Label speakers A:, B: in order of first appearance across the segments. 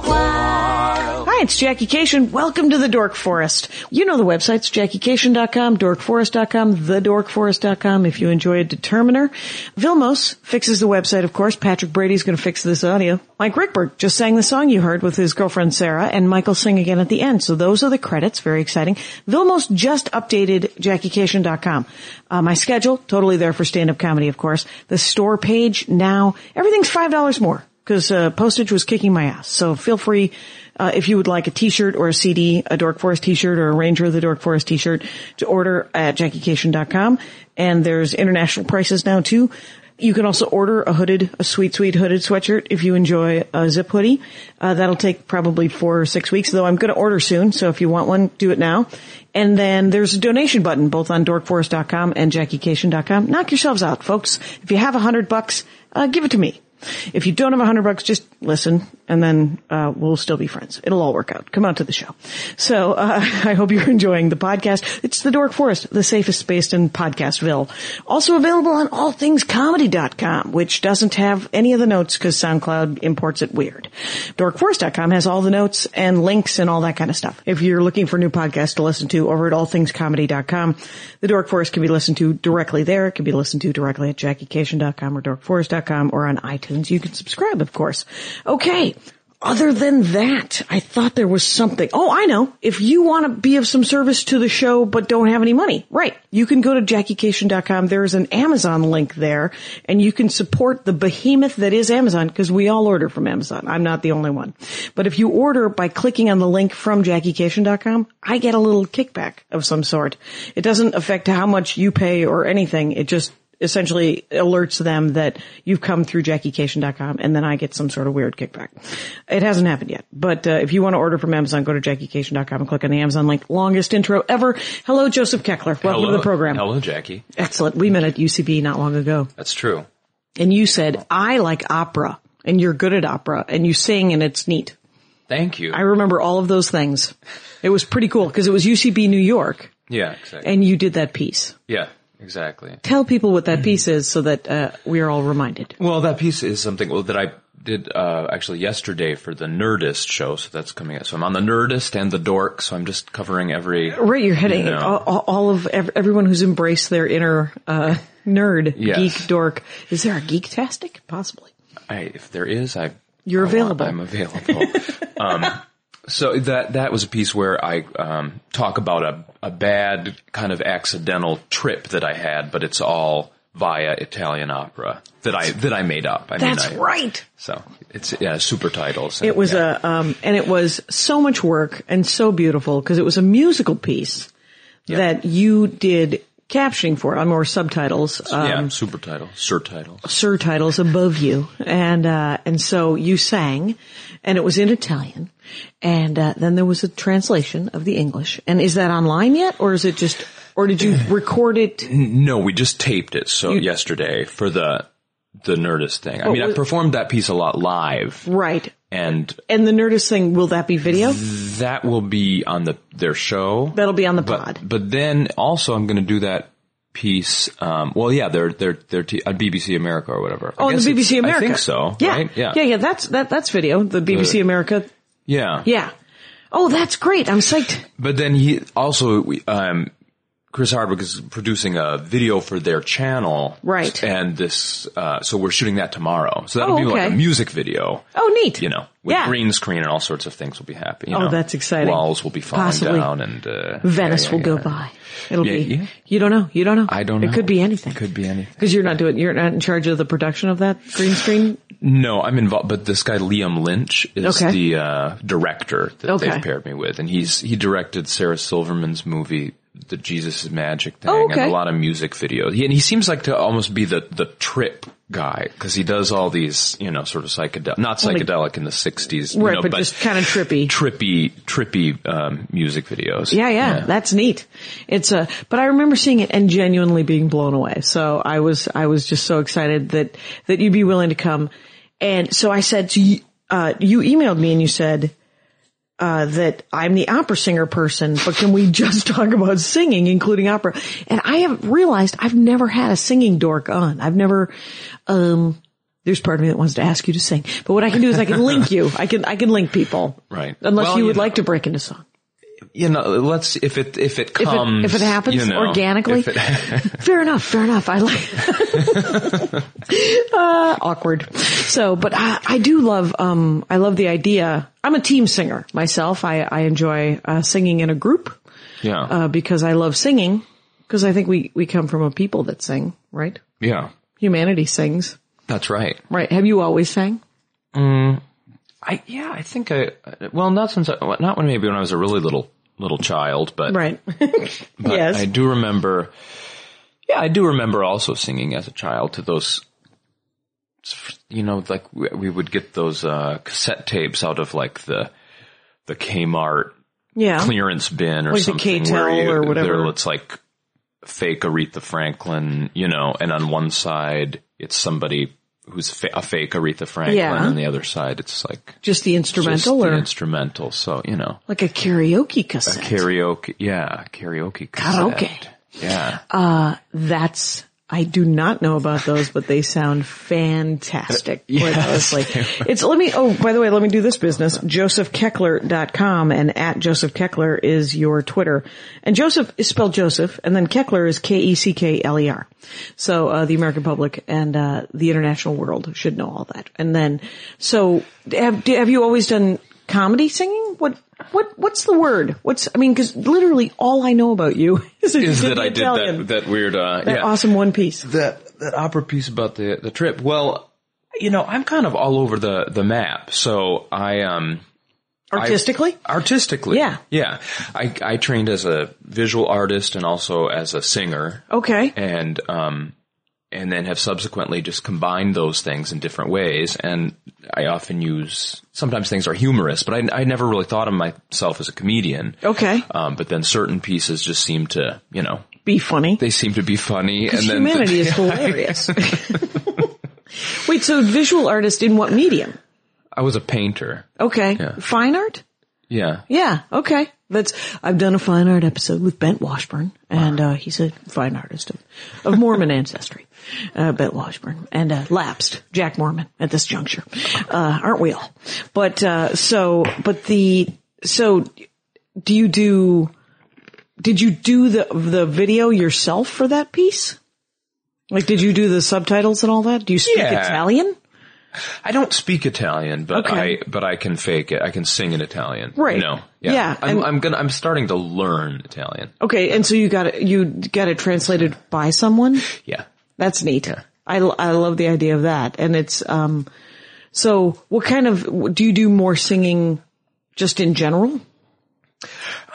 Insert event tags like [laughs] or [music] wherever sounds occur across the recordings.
A: while.
B: Hi, it's Jackie Cation. Welcome to the Dork Forest. You know the websites, jackiecation.com, dorkforest.com, thedorkforest.com if you enjoy a determiner. Vilmos fixes the website, of course. Patrick Brady's going to fix this audio. Mike Rickberg just sang the song you heard with his girlfriend Sarah, and Michael sing again at the end. So those are the credits. Very exciting. Vilmos just updated jackiecation.com. Uh, my schedule, totally there for stand-up comedy, of course. The store page now, everything's $5 more because uh, postage was kicking my ass. So feel free uh, if you would like a T-shirt or a CD, a Dork Forest T-shirt or a Ranger of the Dork Forest T-shirt, to order at JackieCation.com. And there's international prices now too. You can also order a hooded, a sweet, sweet hooded sweatshirt if you enjoy a zip hoodie. Uh, that'll take probably four or six weeks, though I'm going to order soon. So if you want one, do it now. And then there's a donation button both on dorkforest.com and jackiecation.com. Knock yourselves out, folks. If you have a hundred bucks, uh, give it to me. If you don't have a hundred bucks, just listen, and then uh, we'll still be friends. It'll all work out. Come out to the show. So uh, [laughs] I hope you're enjoying the podcast. It's the Dork Forest, the safest space in Podcastville. Also available on allthingscomedy.com, which doesn't have any of the notes because SoundCloud imports it weird. Dorkforest.com has all the notes and links and all that kind of stuff. If you're looking for new podcasts to listen to over at allthingscomedy.com, the Dork Forest can be listened to directly there. It can be listened to directly at jackiecation.com or dorkforest.com or on iTunes. You can subscribe, of course. Okay. Other than that, I thought there was something. Oh, I know. If you want to be of some service to the show but don't have any money, right. You can go to jackiecation.com. There is an Amazon link there and you can support the behemoth that is Amazon because we all order from Amazon. I'm not the only one. But if you order by clicking on the link from jackiecation.com, I get a little kickback of some sort. It doesn't affect how much you pay or anything. It just essentially alerts them that you've come through jackiecation.com and then I get some sort of weird kickback. It hasn't happened yet, but uh, if you want to order from Amazon, go to jackiecation.com and click on the Amazon link. Longest intro ever. Hello, Joseph Keckler. Welcome to the program.
C: Hello, Jackie.
B: Excellent. We met at UCB not long ago
C: That's true.
B: and you said, I like opera and you're good at opera and you sing and it's neat.
C: Thank you.
B: I remember all of those things. It was pretty cool because it was UCB New York
C: yeah, exactly.
B: and you did that piece.
C: yeah, exactly.
B: Tell people what that piece is so that uh, we are all reminded.
C: Well, that piece is something well, that I did uh, actually yesterday for the Nerdist show, so that's coming up. So I'm on the Nerdist and the Dork, so I'm just covering every.
B: Right, you're hitting
C: No.
B: all, all- all of ev- everyone who's embraced their inner uh, nerd,
C: Yes.
B: geek, dork. Is there a geektastic? Possibly.
C: I, if there is, I
B: You're
C: I want-
B: available.
C: I'm
B: [laughs]
C: available. um, so that that was a piece where I um, talk about a a bad kind of accidental trip that I had, but it's all via Italian opera that I that I made up. I
B: That's
C: mean, I,
B: right.
C: So it's yeah, super titles.
B: It was a, um, and it was so much work and so beautiful because it was a musical piece that you did captioning for, um, or subtitles. Um,
C: yeah, super title, sur title.
B: surtitles above you, and uh, and so you sang, and it was in Italian, and uh, then there was a translation of the English. And is that online yet, or is it just, or did
C: [clears throat]
B: you record it?
C: No, we just taped it. So yesterday for the the Nerdist thing. I mean, I
B: was-
C: performed that piece a lot live,
B: Right.
C: and
B: And the Nerdist thing, will that be video?
C: that will be on the their show.
B: That'll be on the
C: but,
B: pod.
C: But then also, I'm going to do that piece. Um, well, yeah, they're they're they're t- uh, on BBC America or whatever. I
B: Oh, on the
C: guess it's-
B: BBC America.
C: I think so.
B: Yeah.
C: right?
B: yeah. Yeah. That's, that, that's video. The BBC America.
C: yeah,
B: Yeah. Oh, that's great. I'm psyched.
C: But then he also, we, um, Chris Hardwick is producing a video for their channel,
B: Right.
C: And this, uh, so we're shooting that tomorrow. So that'll
B: Oh,
C: be like
B: okay.
C: a music video,
B: Oh, neat.
C: you know, with
B: yeah.
C: green screen and all sorts of things. We'll be happy. you
B: Oh,
C: know.
B: that's exciting.
C: Walls will be falling
B: Possibly.
C: down, and uh,
B: Venice
C: yeah, yeah,
B: will go
C: yeah.
B: by. It'll
C: Yeah,
B: be,
C: yeah.
B: you don't know. You don't know.
C: I don't. know.
B: It could be anything.
C: It could be anything.
B: Because you're not doing, you're not in charge of the production of that green screen.
C: No, I'm involved, but this guy Liam Lynch is
B: Okay.
C: the uh, director that
B: Okay.
C: they've paired me with, and he's he directed Sarah Silverman's movie the Jesus is magic thing
B: Oh, okay.
C: and a lot of music videos. He, and he seems like to almost be the, the trip guy because he does all these, you know, sort of psychedelic, not psychedelic in the sixties,
B: Right,
C: you know,
B: but just kinda trippy.
C: trippy, trippy, um, music videos.
B: Yeah, yeah, that's neat. It's a, but I remember seeing it and genuinely being blown away. So I was, I was just so excited that, that you'd be willing to come. And so I said to you, uh, you emailed me and you said, uh, that I'm the opera singer person, but can we just [laughs] talk about singing, including opera? And I have realized I've never had a singing dork on. I've never, um, there's part of me that wants to ask you to sing, but what I can do is I can link you. I can, I can link people.
C: Right.
B: Unless
C: Well,
B: you
C: you
B: would
C: know.
B: like to break into song.
C: You know, let's, if it, if it
B: If it-
C: comes,
B: if it, happens
C: you know,
B: organically.
C: if it- [laughs]
B: fair enough, fair enough. I like [laughs] uh, awkward. So, but I, I do love um I love the idea. I'm a team singer myself. I I enjoy uh, singing in a group
C: yeah.
B: uh, because I love singing because I think we we come from a people that sing, right?
C: yeah.
B: Humanity sings,
C: That's right.
B: right? Have you always sang?
C: I yeah, I think I well not since I, not when maybe when I was a really little little child, but,
B: Right.
C: but
B: [laughs] yes.
C: I do remember. Yeah, I do remember also singing as a child to those. You know, like we, we would get those uh, cassette tapes out of like the the Kmart
B: yeah.
C: clearance bin or
B: Like the
C: something
B: K-Tel
C: where you,
B: or whatever.
C: there it's like fake Aretha Franklin, you know, and on one side it's somebody who's fa- a fake Aretha Franklin,
B: Yeah.
C: and the other side it's like
B: Just the instrumental
C: just
B: or
C: the instrumental. So you know,
B: like a karaoke cassette.
C: karaoke. Yeah, karaoke.
B: Karaoke. Uh,
C: cassette. Yeah,
B: That's I do not know about those, but they sound
C: [laughs]
B: fantastic. Quite honestly. It's let me oh by the way, let me do this business. JosephKeckler.com and at Joseph Keckler is your Twitter. And Joseph is spelled Joseph and then Keckler is K E C K L E R. So uh the American public and uh the international world should know all that. And then so have have you always done comedy singing? What what what's the word? What's I mean cuz literally all I know about you [laughs] is that, you
C: is
B: did
C: that
B: the
C: I did
B: Italian
C: that that weird uh,
B: that
C: yeah.
B: awesome one piece.
C: that that opera piece about the the trip. Well, you know, I'm kind of all over the the map, so I um.
B: Artistically?
C: Artistically.
B: Yeah.
C: Yeah. I, I trained as a visual artist and also as a singer.
B: okay.
C: and um, and then have subsequently just combined those things in different ways. And I often use sometimes things are humorous, but I, I never really thought of myself as a comedian.
B: Okay.
C: Um, but then certain pieces just seem to, you know,
B: Be funny.
C: they seem to be funny. And then
B: Humanity
C: [laughs]
B: is hilarious. Wait, so visual artist in what medium?
C: I was a painter.
B: Okay.
C: Yeah.
B: Fine art?
C: Yeah.
B: Yeah. Okay. That's, I've done a fine art episode with Bent Washburn and, uh, he's a fine artist of, of Mormon ancestry, uh, Bent Washburn and, uh, lapsed Jack Mormon at this juncture. Uh, aren't we all? But, uh, so, but the, so do you do, did you do the, the video yourself for that piece? Like, did you do the subtitles and all that? Do you speak
C: Yeah.
B: Italian?
C: I don't speak Italian, but
B: Okay.
C: I but I can fake it. I can sing in Italian.
B: Right.
C: You know. Yeah.
B: Yeah,
C: I'm,
B: and-
C: I'm gonna. I'm starting to learn Italian.
B: Okay. And so you got it, you got it translated by someone?
C: Yeah.
B: That's neat. I, I love the idea of that. And it's, um, so what kind of, do you do more singing just in general?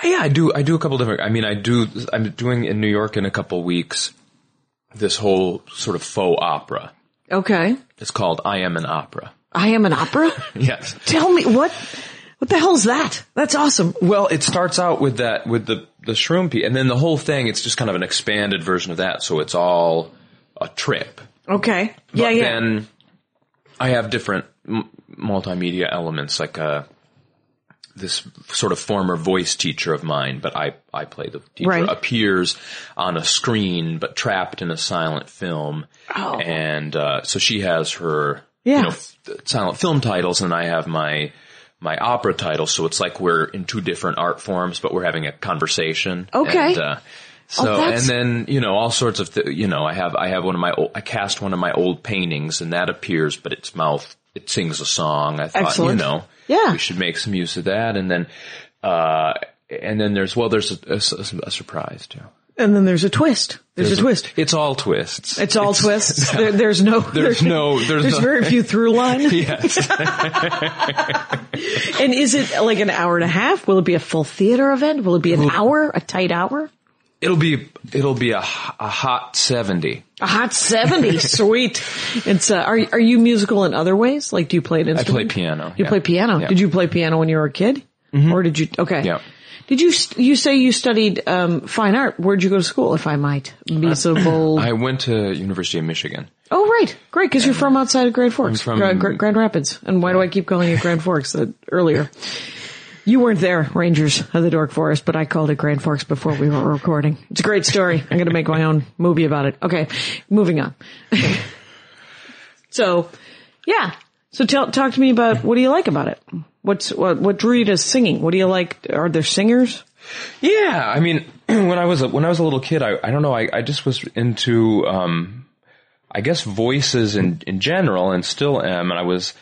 C: Yeah, I do. I do a couple different. I mean, I do. I'm doing in New York in a couple weeks. This whole sort of faux opera.
B: Okay.
C: It's called "I Am an Opera."
B: I am an opera?
C: Yes.
B: [laughs] Tell me what, what the hell's that? That's awesome.
C: Well, it starts out with that with the the shroom piece, and then the whole thing. It's just kind of an expanded version of that. So it's all a trip.
B: Okay. yeah,
C: but
B: yeah.
C: then I have different m- multimedia elements, like uh, this sort of former voice teacher of mine, but I, I play the teacher,
B: Right.
C: appears on a screen, but trapped in a silent film.
B: Oh.
C: And uh, so she has her
B: Yeah.
C: you know, f- silent film titles, and I have my my opera title. So it's like we're in two different art forms, but we're having a conversation.
B: Okay.
C: And, uh, so and
B: Oh, that's-
C: then you know all sorts of th- you know I have I have one of my old, I cast one of my old paintings and that appears but its mouth it sings a song I thought
B: Excellent.
C: you know
B: Yeah.
C: we should make some use of that and then uh and then there's well there's a, a s- a surprise too
B: and then there's a twist. There's, a twist.
C: it's all twists
B: It's all
C: [laughs]
B: twists. There, there's no,
C: There's no- there's no-
B: very few through
C: [laughs]
B: line. [laughs]
C: yes
B: And is it like an hour and a half? Will it be a full theater event? Will it be an hour, a tight hour?
C: It'll be it'll be a, h- a hot seventy.
B: A hot
C: [laughs]
B: 70. Sweet. It's, uh, are, are you musical in other ways? Like, do you play an
C: I play
B: instrument?
C: piano.
B: You
C: yeah.
B: play piano.
C: Yeah. Mm-hmm.
B: Did you play piano when you were a kid? Or did you, okay.
C: Yeah.
B: Did you, st- you say you studied, um, fine art. Where'd you go to school, if I might be so bold?
C: Uh, [clears throat] I went to University of Michigan.
B: oh, right. Great. Cause you're from outside of Grand Forks.
C: from-
B: Gra- Gra- Grand Rapids. And why do I keep calling it Grand Forks that earlier? You weren't there, Rangers of the Dork Forest, but I called it Grand Forks before we were recording. It's a great story. I'm going to make my own movie about it. Okay. Moving on. [laughs] So, yeah. So tell, talk to me about what do you like about it? What's what, what drew you to singing? What do you like? Are there singers?
C: Yeah, I mean, [clears throat] when I was a, when I was a little kid, I, I don't know, I, I just was into, um, I guess voices in in general, and still am. And I was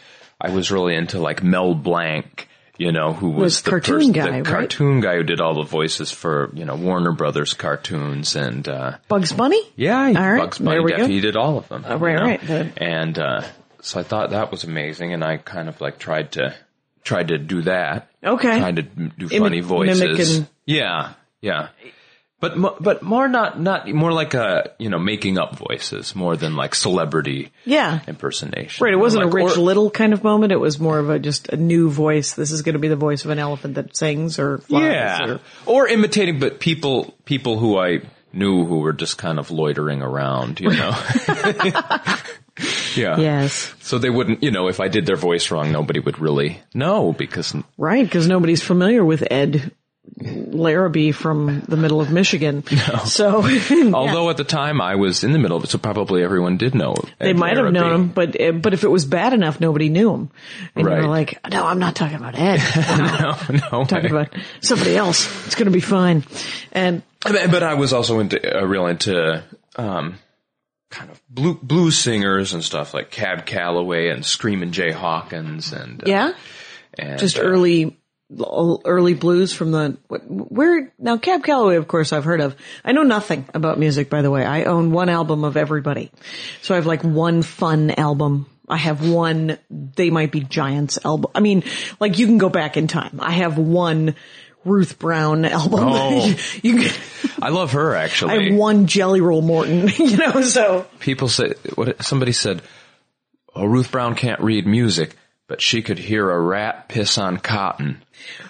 C: I was really into like Mel Blanc, you know, who was,
B: Was
C: the
B: cartoon
C: first-
B: guy,
C: the
B: right?
C: cartoon guy who did all the voices for you know Warner Brothers cartoons and. uh
B: Bugs Bunny?
C: Yeah, he,
B: All right,
C: Bugs Bunny
B: there we go.
C: definitely he did all of them.
B: right, right, good.
C: And uh, so I thought that was amazing, and I kind of like tried to tried to do that.
B: Okay.
C: tried to m- do
B: Imi-
C: funny voices.
B: mimic and-
C: Yeah, yeah. But mo- but more not not more like a you know making up voices more than like celebrity
B: Yeah.
C: impersonation.
B: Right. It wasn't
C: Like,
B: a rich
C: or-
B: little kind of moment. It was more of a just a new voice. This is going to be the voice of an elephant that sings or flies
C: yeah,
B: or
C: or imitating, but people people who I knew who were just kind of loitering around, you
B: [laughs]
C: know. yeah.
B: yes.
C: So they wouldn't, you know, if I did their voice wrong, nobody would really know because
B: Right, because nobody's familiar with Ed Larrabee from the middle of Michigan.
C: [laughs]
B: So [laughs]
C: although at the time I was in the middle of it, so probably everyone did know.
B: They might have known him, but uh, but if it was bad enough, nobody knew him. And you
C: Right.
B: were like, no, I'm not talking about Ed. I'm
C: him. [laughs] no, no.
B: talking
C: way. [laughs]
B: about somebody else. It's going to be fine. And
C: But but I was also into, uh, real into, um, kind of blue, blues singers and stuff like Cab Calloway and Screamin' Jay Hawkins and, uh,
B: yeah,
C: and,
B: just
C: uh,
B: early early blues from the what- where now Cab Calloway, of course, I've heard of. I know nothing about music, by the way. I own one album of everybody, so I have like one fun album. I have one. They might be giants album. I mean, like you can go back in time. I have one. Ruth Brown album.
C: Oh.
B: [laughs] you can,
C: I love her
B: I
C: actually.
B: have one Jelly Roll Morton, [laughs] you know, so.
C: People say, what, somebody said, oh, Ruth Brown can't read music, but she could hear a rat piss on cotton.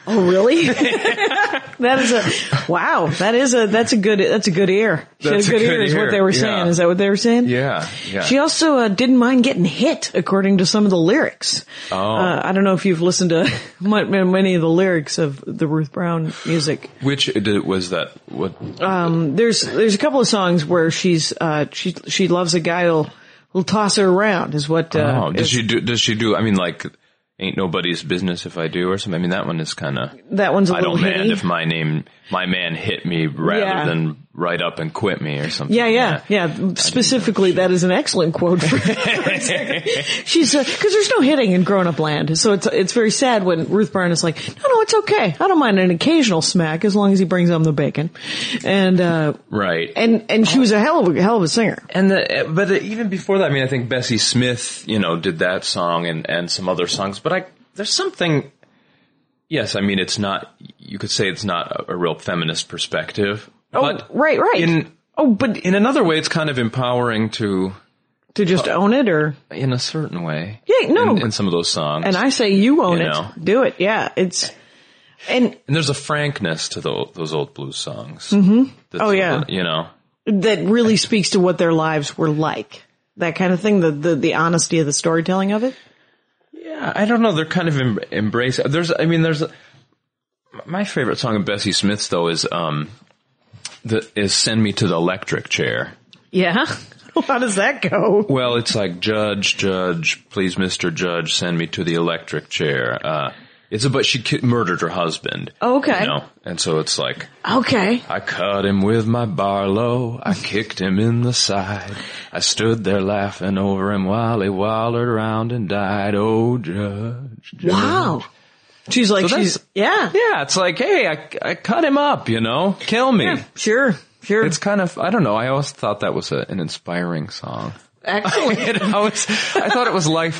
B: Oh,
C: [laughs]
B: really? that is a, wow, that is a, that's a good, that's a good ear. She had
C: That's
B: a good, ear is what they were
C: yeah.
B: saying. Is that what they were saying?
C: Yeah, yeah.
B: She also uh, didn't mind getting hit, according to some of the lyrics. Oh. Uh, I don't know if you've listened to [laughs] my, many of the lyrics of the Ruth Brown music.
C: Which uh, did, was that? What?
B: Uh, there's there's a couple of songs where she's uh she she loves a guy who'll, who'll toss her around is what uh,
C: oh, does she do? Does she do? I mean, like, ain't nobody's business if I do or something. I mean, that one is kind of.
B: that one's a
C: I
B: little
C: don't
B: hitty.
C: mind if my name, my man hit me rather
B: Yeah.
C: than right up and quit me or something.
B: Yeah, yeah, yeah. Specifically, that is an excellent quote.
C: [laughs]
B: For [laughs] She's because there's no hitting in grown up land, so it's it's very sad when Ruth Brown is like, no, no, it's okay. I don't mind an occasional smack as long as he brings home the bacon, and uh,
C: Right.
B: and and she was a hell of a hell of a singer.
C: And the, but even before that, I mean, I think Bessie Smith, you know, did that song and, and some other songs, but I, there's something, yes, I mean, it's not, you could say it's not a, a real feminist perspective. Oh, but
B: Right, right.
C: In,
B: oh, but
C: in another way, it's kind of empowering to,
B: to just own it, or
C: in a certain way.
B: Yeah, no.
C: uh, In, in some of those songs.
B: and I say you own
C: You
B: it,
C: know.
B: do it. Yeah, it's and
C: And there's a frankness to tho- those old blues songs. Mm-hmm.
B: Oh, yeah.
C: You know,
B: that really speaks to what their lives were like. That kind of thing, the the, the honesty of the storytelling of it.
C: Yeah, I don't know. They're kind of em- embrace. There's, I mean, there's. My favorite song of Bessie Smith's though is um, the is "Send Me to the Electric Chair."
B: Yeah. [laughs] How does that go?
C: Well, it's like Judge, Judge, please, Mister Judge, send me to the electric chair. Uh, it's about she ki- murdered her husband.
B: Oh, Okay.
C: you know? and so it's like
B: Okay.
C: I cut him with my Barlow. I kicked him in the side. I stood there laughing over him while he wallered around and died. Oh, Judge, Judge.
B: Wow. She's like,
C: So
B: she's,
C: that's-
B: yeah.
C: Yeah, it's like, hey, I, I cut him up, you know? Kill me.
B: Sure. Sure.
C: It's kind of, I don't know, I always thought that was a, an inspiring song. [laughs]
B: [laughs] Excellent.
C: And I, was, I thought it was life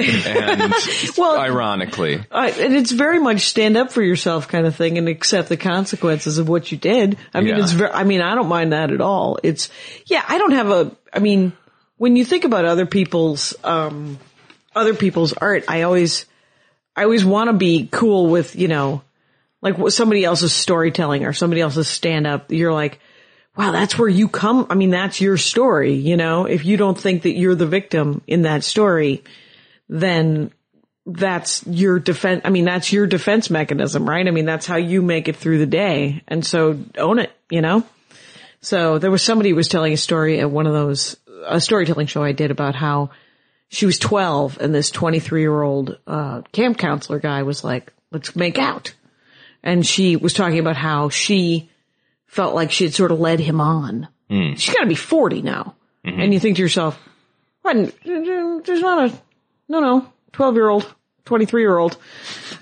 B: [laughs]
C: and
B: Well-
C: ironically.
B: I, and it's very much stand up for yourself kind of thing and accept the consequences of what you did. I mean,
C: Yeah.
B: it's very, I mean, I don't mind that at all. It's, yeah, I don't have a, I mean, when you think about other people's, um, other people's art, I always, I always want to be cool with, you know, like what- somebody else's storytelling or somebody else's stand up. You're like, wow, that's where you come. I mean, that's your story, you know, if you don't think that you're the victim in that story, then that's your defense. I mean, that's your defense mechanism, right? I mean, that's how you make it through the day. And so own it, you know? So there was somebody who was telling a story at one of those, a storytelling show I did about how she was 12 and this 23 year old, uh, camp counselor guy was like, let's make out. And she was talking about how she felt like she had sort of led him on.
C: Hmm.
B: She's got to be 40 now.
C: Mm-hmm.
B: And you think to yourself, what? There's not a, no, no, 12 year old, 23 year old.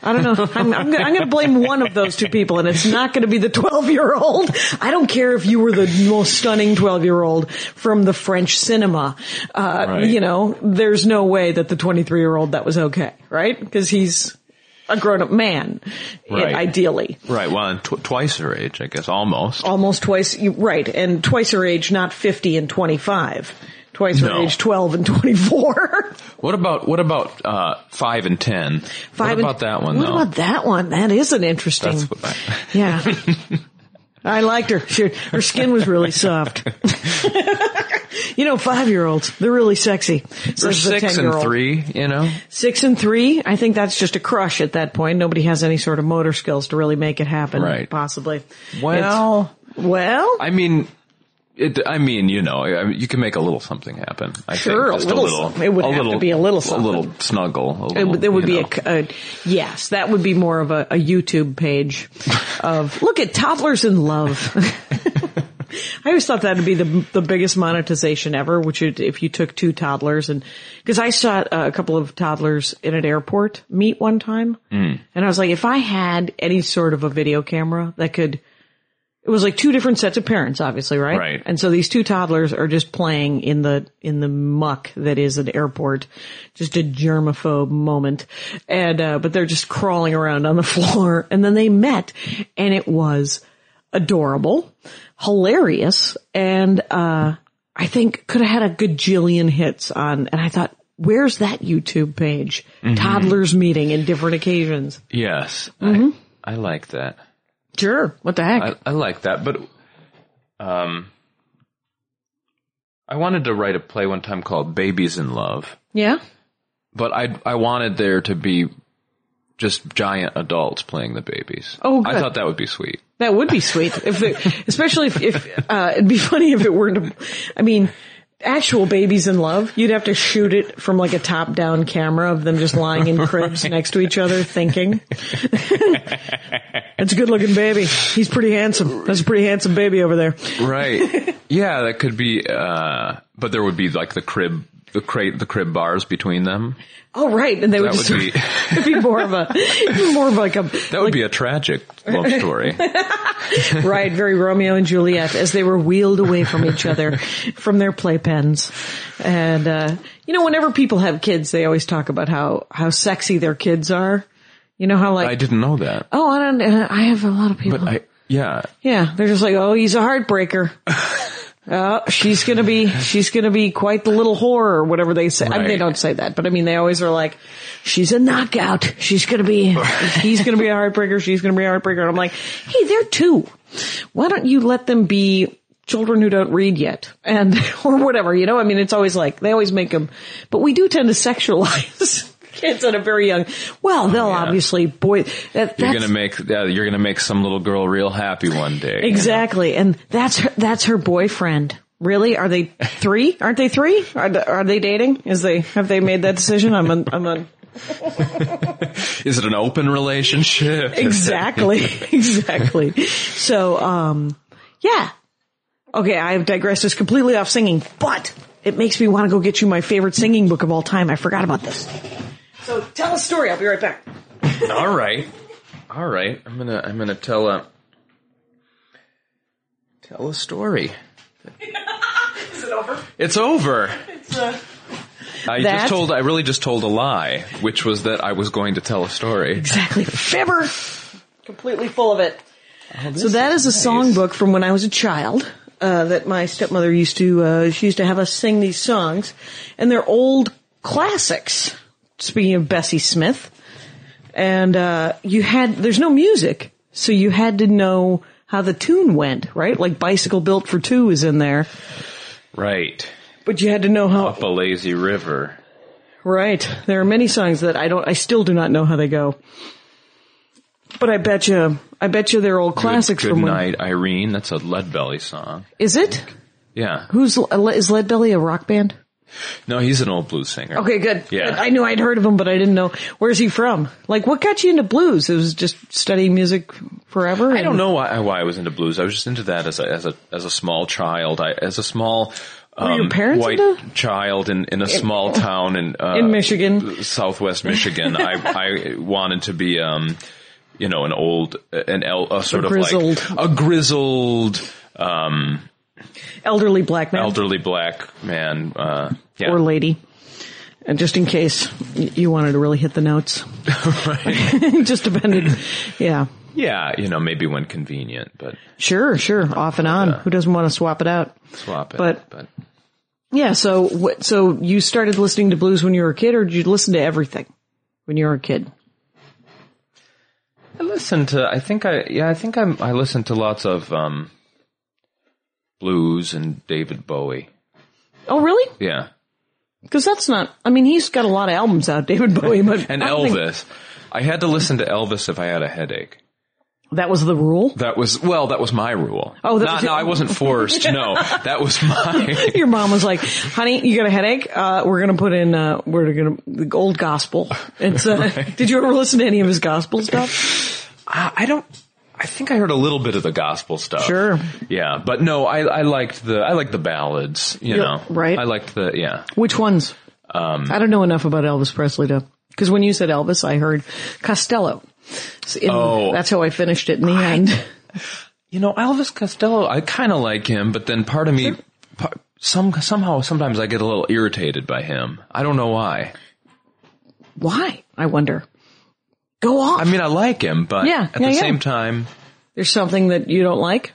B: I don't know. I'm, I'm, gonna- I'm going to blame one of those two people and it's not going to be the 12 year old. I don't care if you were the most stunning 12 year old from the French cinema. Uh,
C: Right.
B: you know, there's no way that the 23 year old that was okay, right? Cause he's a grown up man,
C: Right.
B: ideally.
C: Right. Well, and tw- twice her age, I guess, almost.
B: Almost twice, you- right. And twice her age, not 50 and 25. Twice her
C: No.
B: age, 12 and 24.
C: What about what about uh, five and ten?
B: [laughs] Five
C: what
B: and-
C: about that one
B: What
C: though?
B: about that one? That is an interesting.
C: That's what I- [laughs]
B: yeah. I liked her. She, her skin was really
C: [laughs]
B: soft. you know, five year olds, they're really sexy. So
C: Or six and three, you know.
B: Six and three, I think that's just a crush at that point. Nobody has any sort of motor skills to really make it happen,
C: Right.
B: possibly.
C: Well,
B: It's- well,
C: I mean, it, I mean, you know, I mean, you can make a little something happen. I
B: Sure, a
C: think. Just
B: little
C: a little.
B: something. It would
C: a
B: have to
C: little,
B: be a little something.
C: A little snuggle. A
B: It
C: little,
B: would, there would be
C: you know.
B: a, a yes. That would be more of a, a YouTube page of [laughs] look at toddlers in love. [laughs] I always thought that would be the the biggest monetization ever, which would, if you took two toddlers and because I saw uh, a couple of toddlers in an airport meet one time, and I was like, if I had any sort of a video camera that could. It was like two different sets of parents, obviously, right?
C: Right.
B: And so these two toddlers are just playing in the in the muck that is an airport, just a germaphobe moment, and uh, but they're just crawling around on the [laughs] floor, and then they met, and it was adorable, hilarious, and uh, I think could have had a gajillion hits on. And I thought, where's that YouTube page? Toddlers meeting in different occasions.
C: Yes,
B: Mm-hmm.
C: I, I like that.
B: Sure, what the heck?
C: I, I like that, but um, I wanted to write a play one time called "Babies in Love,"
B: yeah.
C: but I I wanted there to be just giant adults playing the babies.
B: Oh, good.
C: I thought that would be sweet.
B: That would be sweet. If it, especially if, if uh, it'd be funny if it weren't. A, I mean, actual babies in love. You'd have to shoot it from like a top-down camera of them just lying in cribs next to each other, thinking. That's a good-looking baby. He's pretty handsome. That's a pretty handsome baby over there. [laughs]
C: Right? yeah, that could be. Uh, but there would be like the crib, the crate, the crib bars between them.
B: Oh, right, and they would
C: That
B: just
C: would be
B: it'd [laughs] be more of a more of like a
C: that would be a tragic love
B: [laughs]
C: story.
B: right, very Romeo and Juliet as they were wheeled away from each other from their playpens. And, uh, you know, whenever people have kids, they always talk about how, how sexy their kids are. You know how like,
C: I didn't know that,
B: oh, I don't, uh, I have a lot of people.
C: but I yeah.
B: yeah. They're just like, oh, he's a
C: [laughs]
B: heartbreaker. Uh, she's gonna be, she's gonna be quite the little whore or whatever they say. I mean, they
C: Right.
B: don't say that, but I mean, they always are like, she's a knockout. She's gonna be, he's gonna be a heartbreaker. She's gonna be a heartbreaker. And I'm like, hey, they're two. Why don't you let them be children who don't read yet and, [laughs] or whatever, you know? I mean, it's always like, they always make them, but we do tend to sexualize [laughs] kids at a very young, well, they'll
C: yeah.
B: obviously, boy, that,
C: You're
B: that's,
C: gonna make yeah, you're gonna make some little girl real happy one day. you know?
B: Exactly, and that's her, that's her boyfriend. Really? Are they three? Aren't they three? Are, th- are they dating? Is they have they made that decision? I'm un, I'm [laughs] un,
C: Is it an open relationship?
B: exactly [laughs] exactly. So um yeah. Okay, I've digressed this completely off singing, but it makes me want to go get you my favorite singing book of all time. I forgot about this. So tell a story. I'll be right back.
C: All right. All right. I'm gonna I'm gonna tell a tell a story.
B: [laughs] Is it over? uh,
C: It's over. I
B: That-
C: just told, I really just told a lie, which was that I was going to tell a story.
B: Exactly. Fibber. Completely full of it. Oh, so that is, a songbook from when I was a child. Uh, that my stepmother used to, uh, she used to have us sing these songs, and they're old classics. Speaking of Bessie Smith, and uh, you had there's no music, so you had to know how the tune went, right? Like "Bicycle Built for Two is in there,
C: Right.
B: but you had to know how
C: Up a lazy river.
B: Right. There are many songs that I don't, I still do not know how they go. But I bet you, I bet you they're old classics
C: Good,
B: from
C: good
B: when.
C: night, Irene. That's a Leadbelly song.
B: Is it?
C: Yeah.
B: Who's, is Leadbelly a rock band?
C: No, he's an old blues singer.
B: Okay, good.
C: Yeah.
B: I knew I'd heard of him, but I didn't know. Where's he from? Like, what got you into blues? It was just studying music forever?
C: I don't know why, why I was into blues. I was just into that as a as a as a small child. I as a small um,
B: your parents
C: white
B: into-
C: child in, in a small town in uh,
B: In Michigan.
C: Southwest Michigan.
B: [laughs]
C: I I wanted to be um you know an old an el, a sort
B: grizzled-
C: of like a grizzled um
B: Elderly black man
C: elderly black man uh yeah
B: or lady. And just in case y- you wanted to really hit the notes. [laughs]
C: Right.
B: just depended. Yeah.
C: [laughs] yeah you know maybe when convenient but
B: Sure, sure. Off and on. Who doesn't want to swap it out?
C: swap it
B: But-
C: but
B: Yeah. So, what, so you started listening to blues when you were a kid, or did you listen to everything when you were a kid?
C: I listened to. I think I. Yeah, I think I'm. I listened to lots of um, blues and David Bowie.
B: Oh, really?
C: Yeah,
B: Because that's not. I mean, he's got a lot of albums out, David Bowie, but
C: [laughs] and
B: I don't think-
C: Elvis. I had to listen to Elvis if I had a headache.
B: that was the rule.
C: That was well. That was my rule.
B: Oh, that
C: no,
B: was-
C: no, I
B: [laughs]
C: wasn't forced. No, that was my.
B: Your mom was like, "Honey, you got a headache? Uh, we're gonna put in. Uh, we're gonna the old gospel." And so, did you ever listen to any of his gospel stuff?
C: I, I don't. I think I heard a little bit of the gospel stuff.
B: Sure.
C: Yeah, but no, I, I liked the I liked the ballads. You
B: Yeah,
C: know,
B: right.
C: I liked the yeah.
B: Which ones? I don't know enough about Elvis Presley to. Because when you said Elvis, I heard Costello. So in-
C: Oh.
B: that's how I finished it in the end. [laughs]
C: You know, Elvis Costello, I kind of like him, but then part of me, par- some somehow, sometimes I get a little irritated by him. I don't know why.
B: Why? I wonder. Go off.
C: I mean, I like him, but
B: Yeah,
C: at
B: yeah,
C: the
B: yeah.
C: same time,
B: There's something that you don't like.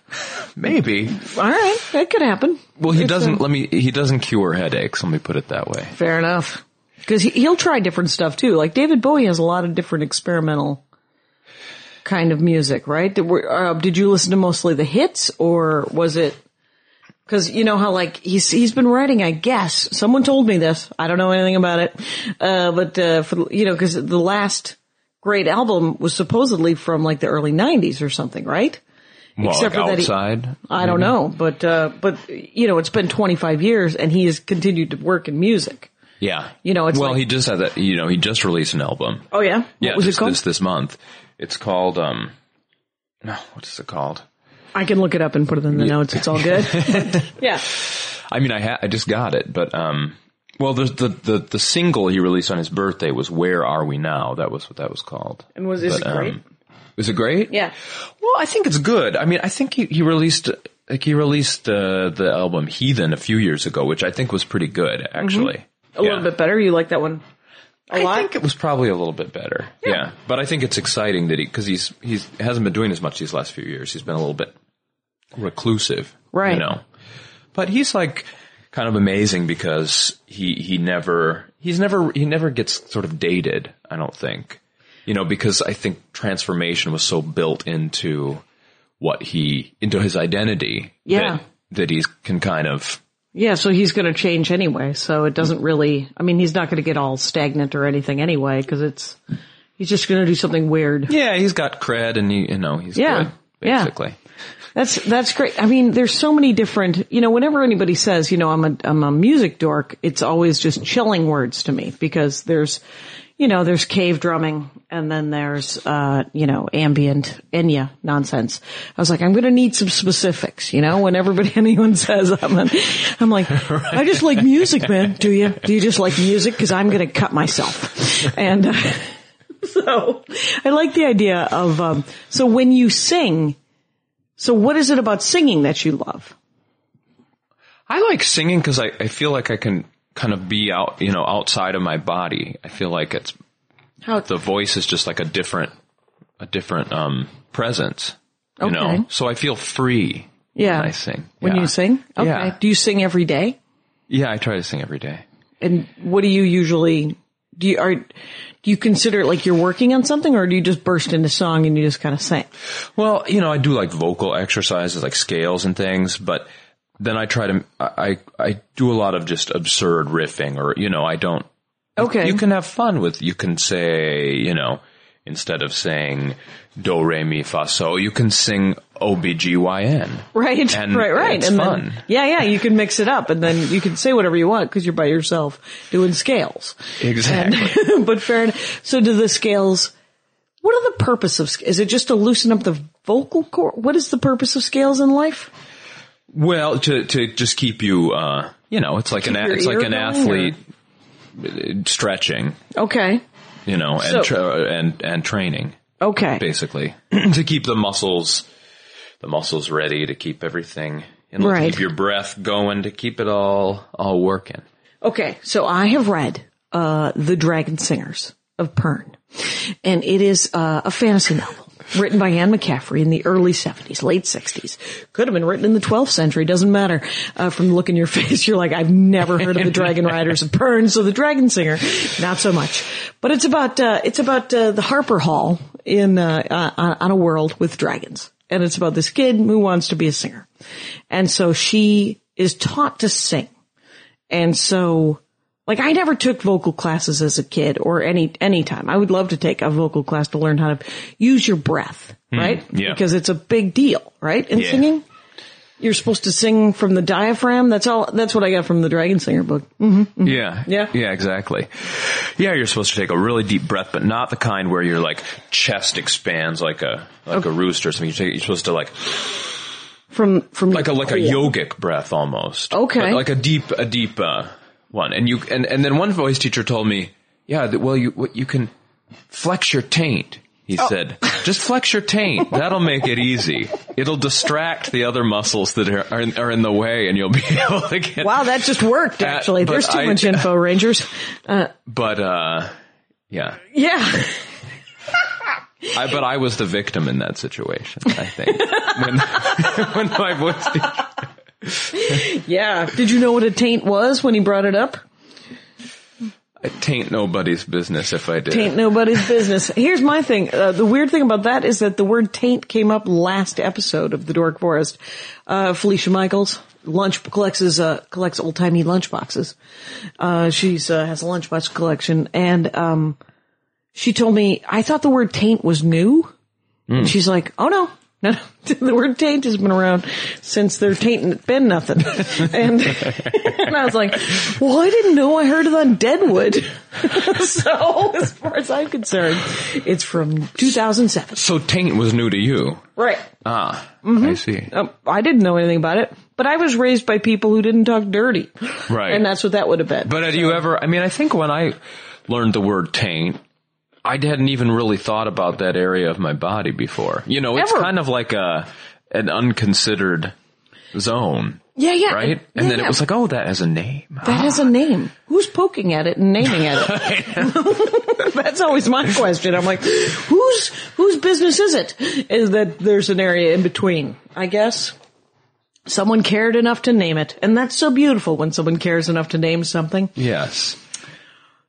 C: maybe.
B: All right, that could happen.
C: Well, he
B: It's,
C: doesn't.
B: uh,
C: Let me. He doesn't cure headaches. Let me put it that way.
B: fair enough. Because he, he'll try different stuff too. Like David Bowie has a lot of different experimental kind of music, right? That were, uh, did you listen to mostly the hits, or was it? Because you know how like he's he's been writing. I guess someone told me this. I don't know anything about it, uh, but uh, for, you know, because the last great album was supposedly from like the early '90s or something, right?
C: Well,
B: Except
C: like
B: for that he-
C: outside.
B: I don't know, but uh, but you know, it's been 25 years, and he has continued to work in music.
C: yeah.
B: You know, it's
C: well,
B: like-
C: he just had that. You know, he just released an album.
B: Oh yeah, what
C: yeah,
B: was
C: just
B: it called?
C: this this month? It's called um. No, what is it called?
B: I can look it up and put it in the notes. It's all good. [laughs] yeah,
C: I mean, I ha- I just got it, but um, well, the, the the the single he released on his birthday was "Where Are We Now." That was what that was called. um,
B: And was- is it great?
C: is it great?
B: yeah.
C: Well, I think it's good. I mean, I think he he released like he released uh, the album "Heathen" a few years ago, which I think was pretty good actually.
B: Mm-hmm. A little bit better. You like that one a
C: I
B: lot?
C: think it was probably a little bit better. Yeah, but I think it's exciting that he because he's he's hasn't been doing as much these last few years. He's been a little bit reclusive,
B: Right.
C: You know, but he's like kind of amazing because he he never he's never he never gets sort of dated. I don't think you know because I think transformation was so built into what he into his identity.
B: Yeah.
C: that, that he can kind of
B: yeah. So he's going to change anyway. So it doesn't really. I mean, he's not going to get all stagnant or anything anyway, because it's he's just going to do something weird.
C: yeah he's got cred and he you know he's
B: Yeah.
C: good,
B: Yeah.
C: basically.
B: That's that's great. I mean, there's so many different. You know, whenever anybody says, you know, I'm a I'm a music dork, it's always just chilling words to me because there's, you know, there's cave drumming and then there's, uh, you know, ambient Enya nonsense. I was like, I'm going to need some specifics. You know, when everybody [laughs] anyone says I'm, a, I'm like, I just like music, man. Do you? Do you just like music? Because I'm going to cut myself. And. [laughs] Uh, so I like the idea of um, so when you sing. So what is it about singing that you love?
C: I like singing because I, I feel like I can kind of be out, you know, outside of my body. I feel like it's
B: How
C: the voice is just like a different, a different um presence. You
B: Okay.
C: know, so I feel free.
B: yeah.
C: when I sing.
B: When
C: Yeah.
B: you sing? Okay.
C: Yeah.
B: Do you sing every day?
C: Yeah, I try to sing every day.
B: And what do you usually do you are do you consider it like you're working on something or do you just burst into song and you just kind of sing?
C: Well, you know, I do like vocal exercises, like scales and things, but then I try to, I, I I do a lot of just absurd riffing or, you know, I don't,
B: Okay.
C: you can have fun with, you can say, you know, instead of saying do, re, mi, fa, so, you can sing OBGYN.
B: [laughs] Right,
C: And
B: right, right.
C: it's
B: and
C: fun.
B: Then, yeah, yeah. You can mix it up, and then you can say whatever you want because you're by yourself doing scales. [laughs]
C: Exactly.
B: but fair enough. So, do the scales? What are the purpose of? sc- Is it just to loosen up the vocal cord? What is the purpose of scales in life?
C: [laughs] Well, to to just keep you, uh, you know, it's like an a-
B: your
C: it's like
B: ear
C: an
B: going,
C: athlete uh, stretching,
B: Okay,
C: you know,
B: So-
C: and tra- and and training
B: okay.
C: basically [clears throat] to keep the muscles the muscles ready to keep everything and
B: Right.
C: keep your breath going to keep it all all working.
B: Okay, so I have read uh, The Dragon Singers of Pern, and it is uh, a fantasy novel written by Anne McCaffrey in the early 70s, late 60s. Could have been written in the 12th century, doesn't matter. Uh, from the look in your [laughs] face, you're like, I've never heard of The Dragon Riders of Pern, so The Dragon Singer, not so much. But it's about, uh, it's about uh, the Harper Hall in, uh, uh, on- on a world with dragons. And it's about this kid who wants to be a singer. And so she is taught to sing. And so, like, I never took vocal classes as a kid or any, any time. I would love to take a vocal class to learn how to use your breath, right?
C: Hmm. yeah.
B: Because it's a big deal, right? In
C: Yeah.
B: singing, you're supposed to sing from the diaphragm. That's all, that's what I got from the Dragon Singer book.
C: Yeah.
B: Yeah.
C: Yeah, exactly. Yeah, you're supposed to take a really deep breath, but not the kind where your like chest expands like a like a rooster or something. You take, you're supposed to like
B: From, from
C: like a like a yogic breath almost.
B: Oh, Okay.
C: But like a deep a deep uh, one. And you and and then one voice teacher told me, yeah, that, well you what you can flex your taint. He
B: Oh.
C: said, just flex your taint. That'll make it easy. It'll distract the other muscles that are are in, are in the way, and you'll be [laughs] able to get.
B: Wow, that just worked,
C: That-
B: actually.
C: but
B: There's too
C: I-
B: much info, Rangers.
C: [laughs] But uh, yeah.
B: Yeah.
C: I, but I was the victim in that situation. I think when [laughs] when my voice teacher.
B: Yeah. Did you know what a taint was when he brought it up?
C: Taint nobody's business if I did.
B: Taint nobody's business. Here's my thing. Uh, the weird thing about that is that the word taint came up last episode of the Dork Forest. Uh, Felicia Michaels lunch collects uh, collects old timey lunch boxes. Uh, she's uh, has a lunchbox collection, and um, she told me I thought the word taint was new. And she's like, "Oh no." No, [laughs] no, the word taint has been around since there taint been nothing. [laughs] And, and I was like, well, I didn't know I heard it on Deadwood. [laughs] so as far as I'm concerned, it's from 2007.
C: So taint was new to you.
B: Right.
C: Ah, I see.
B: Um, I didn't know anything about it, but I was raised by people who didn't talk dirty.
C: Right.
B: And that's what that would have been.
C: But had you ever? I mean, I think when I learned the word taint, I hadn't even really thought about that area of my body before. You know, it's
B: Ever.
C: kind of like a an unconsidered zone,
B: yeah, yeah.
C: right? And,
B: yeah,
C: then
B: yeah.
C: it was like, oh, that has a name.
B: That has a name. Who's poking at it and naming at it? [laughs] That's always my question. I'm like, whose whose business is it? Is that there's an area in between? I guess someone cared enough to name it, and that's so beautiful when someone cares enough to name something.
C: Yes.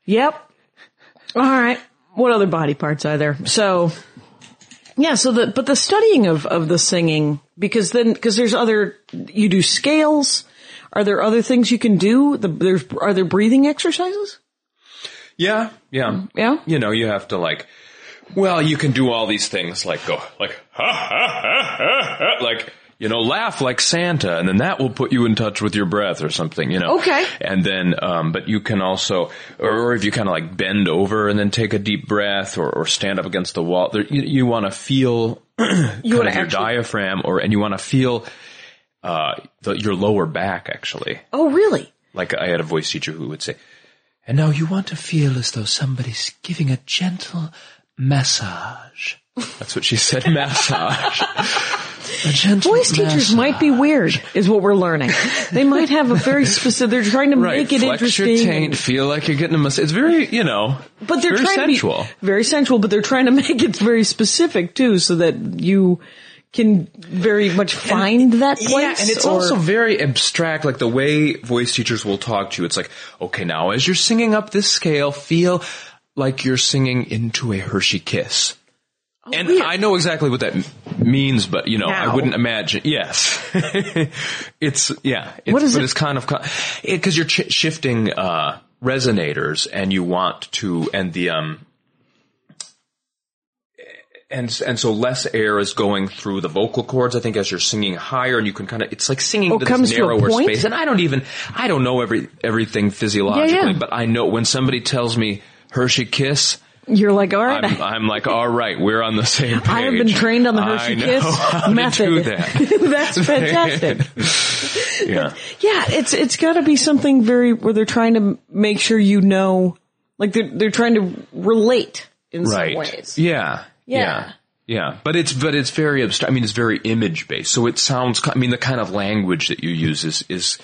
B: Yep. All right. What other body parts are there? So, yeah. So the but the studying of of the singing because then because there's other you do scales. Are there other things you can do? The, there's are there breathing exercises?
C: Yeah. Yeah.
B: Yeah.
C: you know, you have to like, well, you can do all these things like go like, ha, ha, ha, ha, ha, like, you know, laugh like Santa and then that will put you in touch with your breath or something, you know?
B: Okay.
C: And then, um, but you can also, or if you kind of like bend over and then take a deep breath or, or stand up against the wall, there, you, you want to feel [clears throat]
B: You
C: kind
B: want
C: of
B: to
C: your
B: actually?
C: diaphragm or, and you want to feel, uh, the, your lower back actually.
B: Oh, really?
C: Like I had a voice teacher who would say, and now you want to feel as though somebody's giving a gentle [laughs] massage. That's what she said, massage.
B: Voice teachers might be weird, is what we're learning. They might have a very specific. They're trying to
C: Right,
B: make it
C: flex
B: interesting,
C: your taint, feel like you're getting a massage. It's very, you know,
B: but they're
C: very
B: trying
C: sensual.
B: to be very sensual. But they're trying to [laughs] make it very specific too, so that you can very much find that place.
C: Yeah, and it's
B: or-
C: also very abstract, like the way voice teachers will talk to you. It's like, okay, now as you're singing up this scale, feel like you're singing into a Hershey kiss. and
B: Oh, weird.
C: I know exactly what that m- means, but you know,
B: Now.
C: I wouldn't imagine. Yes. [laughs] it's, yeah. It's,
B: What is
C: but
B: it-
C: it's kind of, because you're ch- shifting, uh, resonators and you want to, and the, um, and and so less air is going through the vocal cords. I think as you're singing higher, and you can kind of it's like singing
B: Oh,
C: to
B: comes
C: this
B: to a
C: narrower
B: point?
C: space. And I don't even I don't know every everything physiologically,
B: Yeah, yeah.
C: but I know when somebody tells me Hershey Kiss,
B: you're like, all right,
C: I'm,
B: I-
C: I'm like, all right, we're on the same page.
B: I have been trained on the
C: I
B: Hershey
C: know
B: Kiss
C: [laughs] how to
B: method. [laughs]
C: do that.
B: That's
C: [laughs]
B: fantastic.
C: yeah.
B: Yeah, it's it's got to be something very where they're trying to m- make sure you know, like they're they're trying to relate in some
C: right.
B: ways.
C: Yeah.
B: Yeah.
C: Yeah. Yeah. but it's but it's very abstract. I mean, it's very image based. So it sounds. I mean, the kind of language that you use is is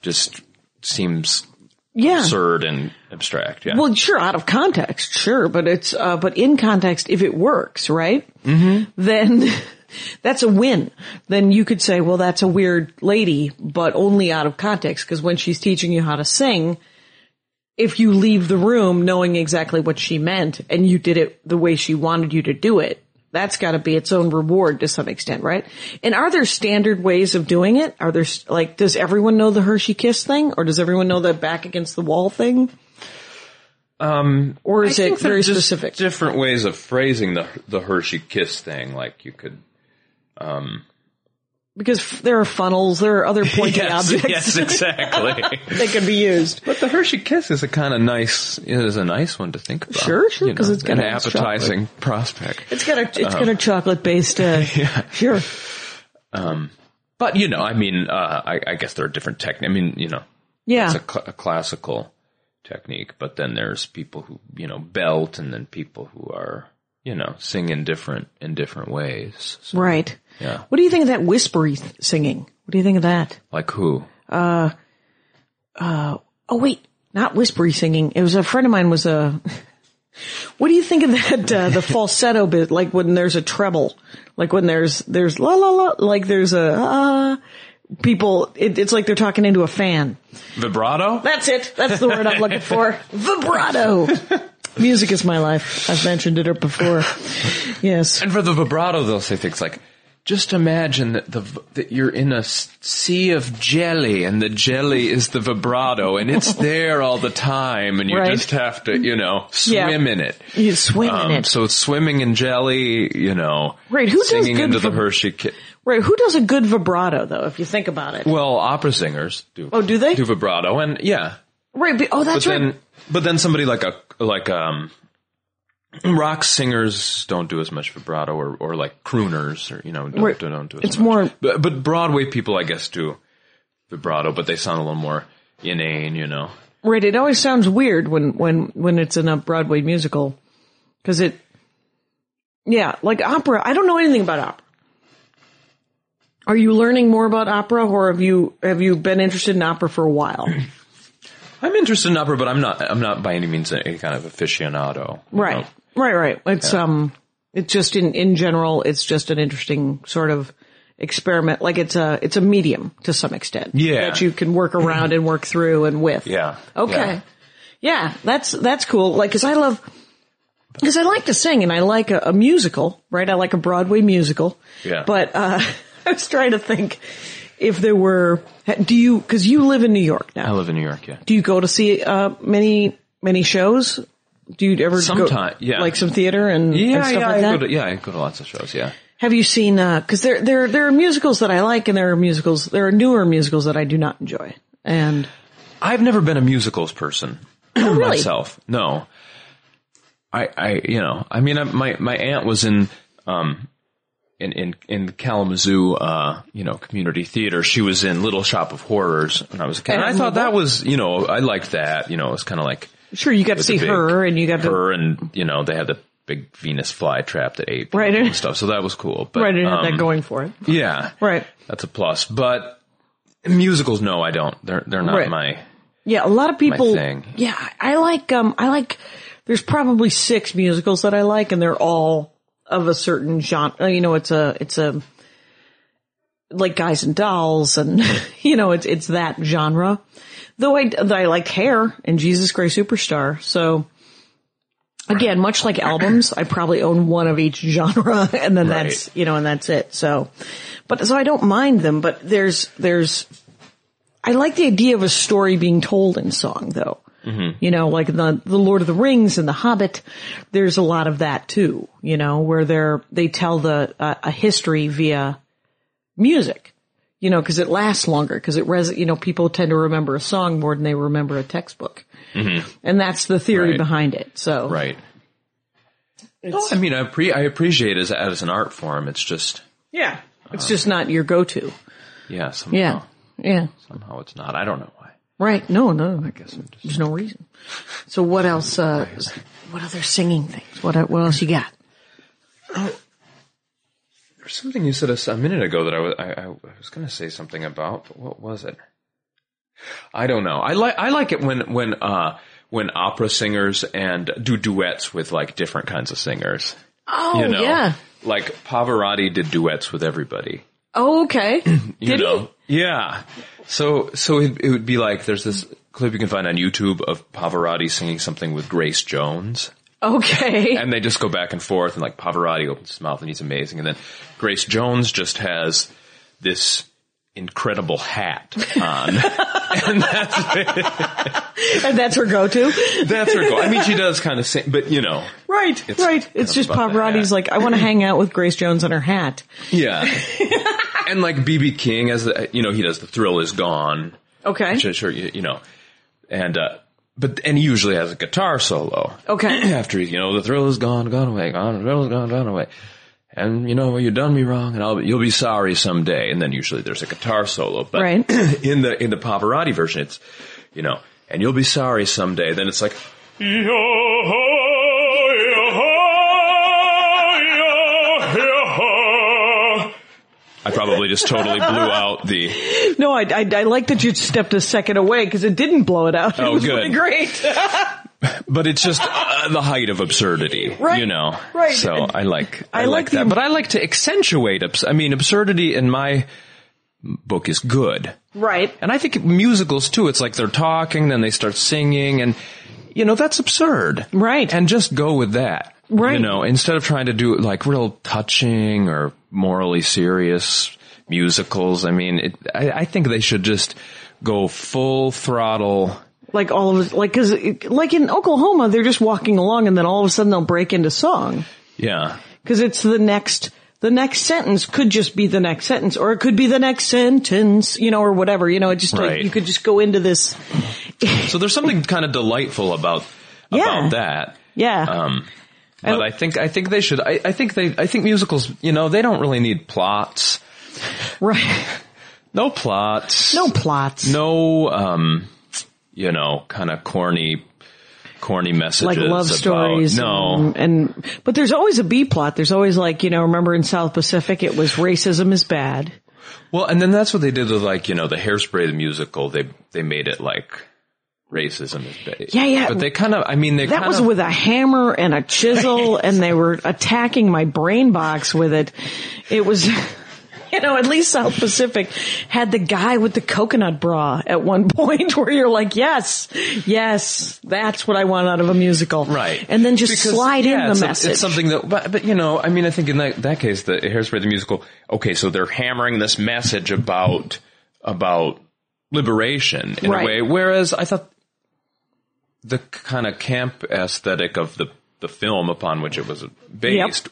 C: just seems
B: Yeah.
C: absurd and abstract. Yeah.
B: Well, sure, out of context, sure, but it's uh, but in context, if it works, right? Mm-hmm. Then [laughs] that's a win. Then you could say, well, that's a weird lady, but only out of context because when she's teaching you how to sing. If you leave the room knowing exactly what she meant and you did it the way she wanted you to do it, that's got to be its own reward to some extent, right? And are there standard ways of doing it? Are there, s- like, does everyone know the Hershey Kiss thing or does everyone know the back against the wall thing? Or is
C: I
B: it
C: think there
B: very
C: are just
B: specific?
C: Different ways of phrasing the the Hershey Kiss thing. Like you could
B: because f- there are funnels, there are
C: [laughs]
B: other pointy objects
C: yes, exactly.
B: [laughs] that could be used.
C: [laughs] but the Hershey Kiss is a kind of nice is a nice one to think about.
B: Sure, sure,
C: You
B: 'cause
C: know,
B: it's got
C: an
B: a nice chocolate.
C: appetizing prospect.
B: It's got a it's
C: Um,
B: got a chocolate based.
C: [laughs]
B: Uh, Sure.
C: But you know, I mean, uh, I, I guess there are different techniques. I mean, you know,
B: Yeah.
C: it's a, cl- a classical technique, but then there's people who you know belt, and then people who are you know sing in different in different ways. So,
B: right.
C: Yeah.
B: What do you think of that whispery th- singing? What do you think of that?
C: like who?
B: Oh wait, not whispery singing. It was a friend of mine was a. [laughs] What do you think of that uh,
C: [laughs]
B: the falsetto bit? Like when there's a treble, like when there's there's la la la, like there's a uh, people. It, it's like they're talking into a fan.
C: Vibrato.
B: That's it. That's the word I'm looking [laughs] for. Vibrato. Music is my life. I've mentioned it before. Yes.
C: And for the vibrato, they'll say things like, "Just imagine that the that you're in a s- sea of jelly, and the jelly is the vibrato,
B: [laughs]
C: and it's there all the time, and you
B: Right.
C: just have to, you know,
B: Yeah.
C: swim in it."
B: You swing in it.
C: Um, So it's swimming in jelly, you know,
B: Right, who does
C: singing
B: good
C: into the
B: vib-
C: Hershey kit.
B: right. Who does a good vibrato though, if you think about it?
C: Well, opera singers do.
B: Oh, do they?
C: do vibrato? And yeah,
B: Right. be- Oh, that's
C: but then
B: right.
C: but then somebody like a like um rock singers don't do as much vibrato or, or like crooners or you know don't,
B: Right.
C: don't do as
B: It's
C: much.
B: more-
C: but, but broadway people i guess do vibrato but they sound a little more inane you know
B: Right. It always sounds weird when, when, when it's in a Broadway musical. Cause it, yeah, like opera. I don't know anything about opera. Are you learning more about opera or have you, have you been interested in opera for a while?
C: i'm interested in opera but i'm not i'm not by any means any kind of aficionado you
B: Right.
C: know.
B: Right, right. It's um it's just in in general it's just an interesting sort of experiment like it's a it's a medium to some extent
C: Yeah.
B: that you can work around and work through and with.
C: yeah
B: Okay. Yeah, that's that's cool. Like, cause I love, cause I like to sing and I like a, a musical, right? I like a Broadway musical.
C: Yeah.
B: But uh, [laughs] I was trying to think if there were. Do you? Cause you live in New York now.
C: i live in new york yeah
B: Do you go to see uh, many many shows? Do you ever
C: Sometime,
B: go,
C: yeah.
B: like some theater and, and
C: yeah,
B: stuff
C: yeah,
B: like
C: I
B: that?
C: go to, yeah, I go to lots of shows. Yeah,
B: Have you seen? Because there there there are musicals that I like, and there are musicals there are newer musicals that I do not enjoy.
C: [clears throat]
B: And
C: I've never been a musicals person
B: Oh,
C: Oh,
B: really?
C: myself. No, I, I, you know, I mean, I, my my aunt was in, um, in in in Kalamazoo, uh, you know, community theater. She was in Little Shop of Horrors when I was a kid. And I thought that was, you know, I liked that. You know, it was kind of like
B: sure, you got to see
C: the big
B: her, and you got to
C: her, and you know, they had the big Venus flytrap that ate people
B: Right.
C: and stuff. So that was cool. But,
B: Right, it had
C: um,
B: that going for it.
C: Yeah,
B: Right.
C: That's a plus. But musicals, no, I don't. They're they're not
B: Right.
C: my.
B: Yeah, a lot of people.
C: thing.
B: Yeah, I like. Um, I like. There's probably six musicals that I like, and they're all of a certain genre. You know, it's a it's a like Guys and Dolls, and [laughs] you know, it's it's that genre. Though I I like Hair and Jesus Christ Superstar, so. Again, much like albums, I probably own one of each genre [laughs] and then
C: Right.
B: that's, you know, and that's it. So, but so I don't mind them, but there's, there's I like the idea of a story being told in song, though. You know, like the the Lord of the Rings and the Hobbit. There's a lot of that too. You know, where they're they tell the uh, a history via music. You know, because it lasts longer. Because it res. You know, people tend to remember a song more than they remember a textbook. And that's the theory
C: Mm-hmm. Right.
B: behind it. So
C: Right. No, I mean, I, pre- I appreciate it as, as an art form. It's just,
B: yeah, it's just not your go to.
C: yeah, somehow,
B: Yeah, yeah.
C: somehow it's not. I don't know why.
B: Right. No, no. I guess there's no reason. So what else? Uh, what other singing things? What what else you got?
C: There's something you said a, s- a minute ago that I was, I, I was going to say something about, but what was it? I don't know. I like, I like it when, when, uh, when opera singers and do duets with like different kinds of singers.
B: Oh
C: You know?
B: yeah.
C: Like Pavarotti did duets with everybody.
B: Oh okay.
C: [clears throat] you know yeah so so it, it would be like there's this clip you can find on youtube of pavarotti singing something with grace jones
B: Okay.
C: and they just go back and forth and like pavarotti opens his mouth and he's amazing and then grace jones just has this incredible hat [laughs] on and that's
B: And [laughs] that's her go-to.
C: that's her goal i mean she does kind of sing but you know
B: Right.
C: It's
B: right.
C: kind
B: It's
C: of
B: just
C: about that,
B: Pavarotti's
C: yeah.
B: like, I want to hang out with Grace Jones on her hat.
C: yeah [laughs] and like bb king as the, you know he does the thrill is gone
B: Okay.
C: sure, sure you, you know, and uh, but and he usually has a guitar solo.
B: Okay.
C: [clears throat] After you know the thrill is gone, gone away, gone, the thrill is gone, gone away, and you know you done me wrong, and I'll be, you'll be sorry someday. And then usually there's a guitar solo, but
B: Right.
C: [clears throat] in the in the Pavarotti version, it's you know, and you'll be sorry someday. Then it's like. I probably just totally blew out the
B: No, I, I, I like that you stepped a second away because it didn't blow it out. [laughs]
C: Oh,
B: it was
C: good.
B: really great. [laughs]
C: But it's just uh, the height of absurdity,
B: Right,
C: you know.
B: right.
C: So I like I,
B: I
C: like,
B: like the-
C: that, but I like to accentuate. Abs- I mean, absurdity in my book is good,
B: right.
C: and I think musicals too. It's like they're talking, then they start singing, and you know that's absurd,
B: Right.
C: And just go with that, You
B: Right.
C: know, instead of trying to do like real touching or morally serious musicals. I mean, it, I, I think they should just go full throttle.
B: Like all of us, like, cause it, like in Oklahoma, they're just walking along and then all of a sudden they'll break into song.
C: Yeah.
B: Cause it's the next, the next sentence could just be the next sentence or it could be the next sentence, you know, or whatever, you know, it just like,
C: Right.
B: you could just go into this. [laughs]
C: So there's something kind of delightful about
B: Yeah.
C: about that.
B: Yeah.
C: Um, but I, think I think they should. I, I think they. I think musicals. You know, they don't really need plots.
B: right. [laughs]
C: No plots.
B: No plots.
C: No. Um, you know, kind of corny, corny messages
B: like love
C: about-
B: stories.
C: No.
B: and, and but there's always a B plot. There's always like you know, remember in South Pacific, it was racism is bad.
C: Well, and then that's what they did with like you know the Hairspray the musical. They they made it like racism is bad.
B: Yeah, yeah.
C: But they kind of. I mean, they
B: That
C: kind
B: was
C: of,
B: with a hammer and a chisel, and they were attacking my brain box with it. It was. [laughs] You know, at least South Pacific had the guy with the coconut bra at one [laughs] point where you're like, yes, yes, that's what I want out of a musical.
C: Right.
B: And then just
C: Because,
B: slide
C: yeah,
B: in the
C: it's,
B: message.
C: It's something that, but, but you know, I mean, I think in that, that case, the Hairspray the musical, okay, so they're hammering this message about, about liberation in
B: Right.
C: a way. Whereas I thought the kind of camp aesthetic of the, the film upon which it was based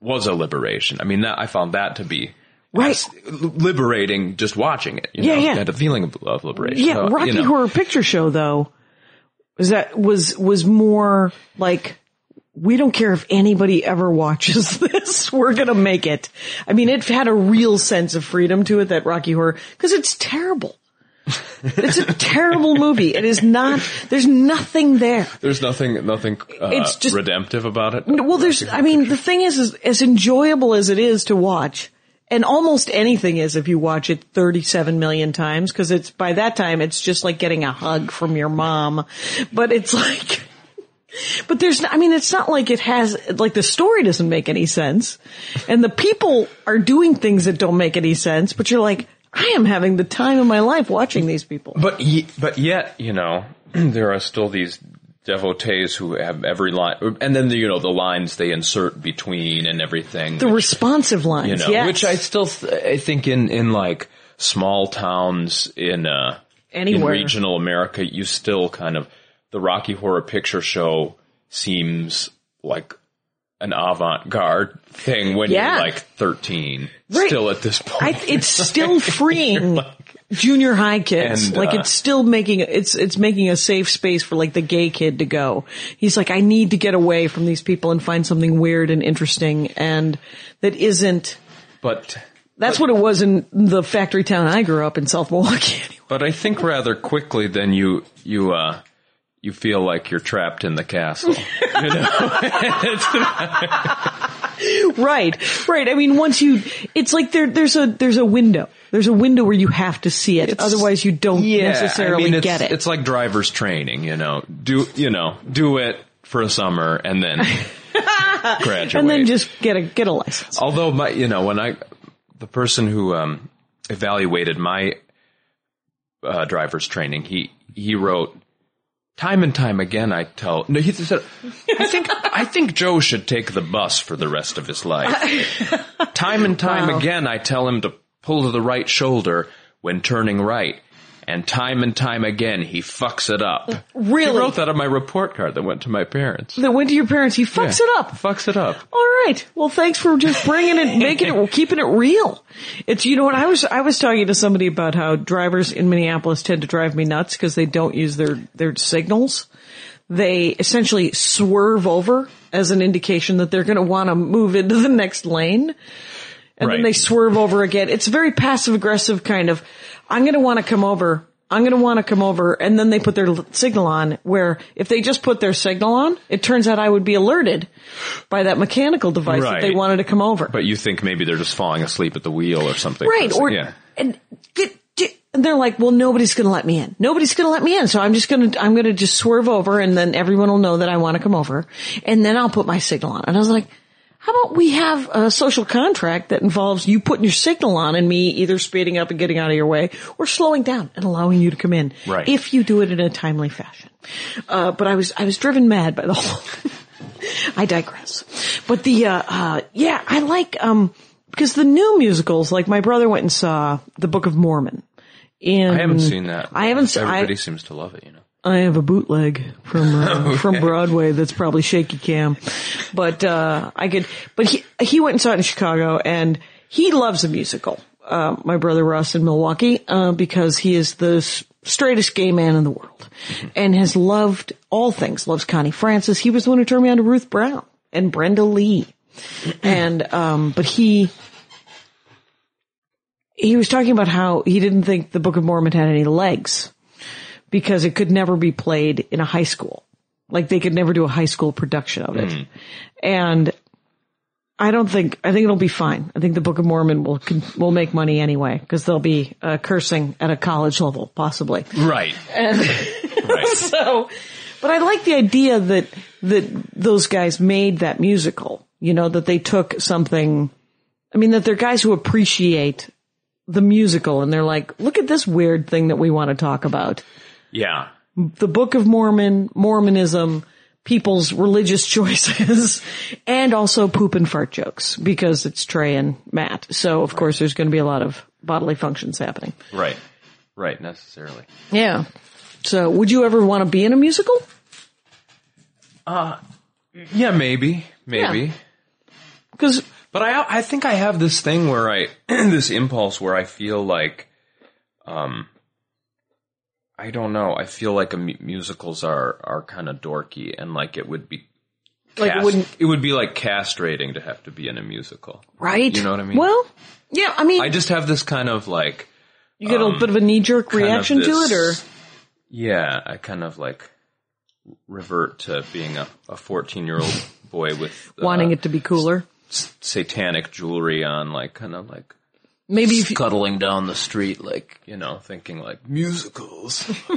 C: was a liberation. I mean, that, I found that to be
B: Right.
C: as liberating just watching it. You
B: Yeah,
C: know,
B: yeah.
C: It had a feeling of, of liberation.
B: Yeah,
C: So, you
B: Rocky
C: know.
B: Horror Picture Show though was that was was more like we don't care if anybody ever watches [laughs] this. We're gonna make it. I mean, it had a real sense of freedom to it that Rocky Horror because it's terrible. It's a terrible movie. It is not, there's nothing there.
C: There's nothing, nothing uh,
B: It's just-
C: redemptive about it.
B: Well, there's, I mean, the thing is, is, as enjoyable as it is to watch, and almost anything is if you watch it 37 million times, cause it's, by that time, it's just like getting a hug from your mom. But it's [laughs] like, but there's, I mean, it's not like it has, like the story doesn't make any sense, and the people are doing things that don't make any sense, but you're like, I am having the time of my life watching these people.
C: But ye- but yet, you know, [clears throat] there are still these devotees who have every line, and then the, you know the lines they insert between and everything.
B: The responsive
C: you
B: lines,
C: know,
B: yes.
C: which I still th- I think in in like small towns in uh
B: Anywhere.
C: in regional America, you still kind of the Rocky Horror Picture Show seems like an avant-garde thing when
B: Yeah.
C: you're like 13
B: Right.
C: still at this point
B: I, it's still freeing junior high kids.
C: And,
B: like
C: uh,
B: it's still making it's it's making a safe space for like the gay kid to go. He's like, I need to get away from these people and find something weird and interesting, and that isn't.
C: [laughs] but
B: That's what it was in the factory town I grew up in, South Milwaukee. [laughs] Anyway.
C: But I think rather quickly than you you uh you feel like you're trapped in the [laughs] castle. You know?
B: Right, right. I mean, once you, it's like there, there's a, there's a window. There's a window where you have to see it. Otherwise you don't necessarily
C: I mean, it's,
B: get it.
C: It's like driver's training, you know. Do you know, do it for a summer and
B: [laughs]
C: then graduate.
B: and then just get a, get a license.
C: Although my, you know, when I, the person who um, evaluated my uh, driver's training, he he wrote, time and time again, I tell. No, he said, I think I think Joe should take the bus for the rest of his life.
B: [laughs]
C: time and time again, I tell him to pull to the right shoulder when turning right. And time and time again, he fucks it up.
B: [laughs] Really?
C: He wrote that on my report card that went to my parents.
B: That went to your parents, he fucks
C: Yeah.
B: it up.
C: Fucks it up.
B: All right. Well, thanks for just bringing it, making it, well, keeping it real. It's, you know what, I was, I was talking to somebody about how drivers in Minneapolis tend to drive me nuts because they don't use their, their signals. They essentially swerve over as an indication that they're going to want to move into the next lane. And then
C: Right.
B: they swerve over again. It's a very passive aggressive kind of, I'm going to want to come over. I'm going to want to come over. And then they put their l- signal on where if they just put their signal on, it turns out I would be alerted by that mechanical device that they
C: Right.
B: wanted to come over.
C: But you think maybe they're just falling asleep at the wheel or something.
B: right. Or,
C: yeah.
B: and, get, get- and they're like, well, nobody's going to let me in. Nobody's going to let me in. So I'm just going to, I'm going to just swerve over and then everyone will know that I want to come over and then I'll put my signal on. And I was like, how about we have a social contract that involves you putting your signal on and me either speeding up and getting out of your way or slowing down and allowing you to come in.
C: Right.
B: If you do it in a timely fashion. Uh, but I was, I was driven mad by the whole, [laughs] I digress. But the, uh, uh, yeah, I like, um, because the new musicals, like my brother went and saw The Book of Mormon. In,
C: I haven't seen that.
B: Mm. I haven't. se- I,
C: Everybody seems to love it, you know.
B: I have a bootleg from uh, from Broadway that's probably shaky cam, but uh, I could. But he he went and saw it in Chicago, and he loves a musical. Uh, my brother Russ in Milwaukee, uh, because he is the s- straightest gay man in the world, and has loved all things. Loves Connie Francis. He was the one who turned me on to Ruth Brown and Brenda Lee, and um, but he he was talking about how he didn't think the Book of Mormon had any legs because it could never be played in a high school. Like they could never do a high school production of it. And I don't think, I think it'll be fine. I think the Book of Mormon will, con- will make money anyway because they'll be uh, cursing at a college level possibly. [laughs]
C: Right. right.
B: So, but I like the idea that, that those guys made that musical, you know, that they took something, I mean, that they're guys who appreciate the musical and they're like, look at this weird thing that we want to talk about
C: Yeah.
B: the Book of Mormon, Mormonism, people's religious [laughs] choices, and also poop and fart jokes because it's Trey and Matt. So of course there's going to be a lot of bodily functions happening.
C: Right. Right. Necessarily.
B: Yeah. So would you ever want to be in a musical?
C: Yeah. Maybe. Maybe.
B: Yeah. Because
C: But I I think I have this thing where I [clears throat] this impulse where I feel like, um, I don't know. I feel like a mu- musicals are are kind of dorky and like it would be.
B: like it
C: cast-
B: wouldn't
C: it would be like castrating to have to be in a musical.
B: right?
C: You know what I mean?
B: Well, yeah. I mean,
C: I just have this kind of like
B: You get a little bit of a knee jerk
C: kind of
B: reaction
C: this-
B: to it, or
C: yeah, I kind of like revert to being a a fourteen year old boy with uh,
B: wanting it to be cooler.
C: satanic jewelry on, like kind of like
B: Maybe if you,
C: scuttling down the street, like you know, thinking like musicals. [laughs]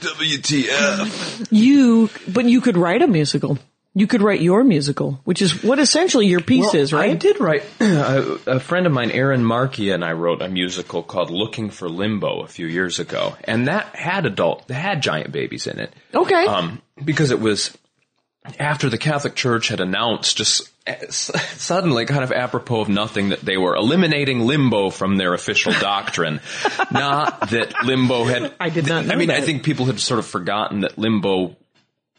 C: WTF?
B: you, but you could write a musical. You could write your musical, which is what essentially your piece is, right?
C: I did write [clears throat] a, a friend of mine, Aaron Markey, and I wrote a musical called "Looking for Limbo" a few years ago, and that had adult, that had giant babies in it.
B: Okay.
C: um, because it was after the Catholic Church had announced just eh, s- suddenly, kind of apropos of nothing, that they were eliminating limbo from their official
B: [laughs]
C: doctrine. not that limbo had.
B: I did not know
C: I mean, I
B: that.
C: think people had sort of forgotten that limbo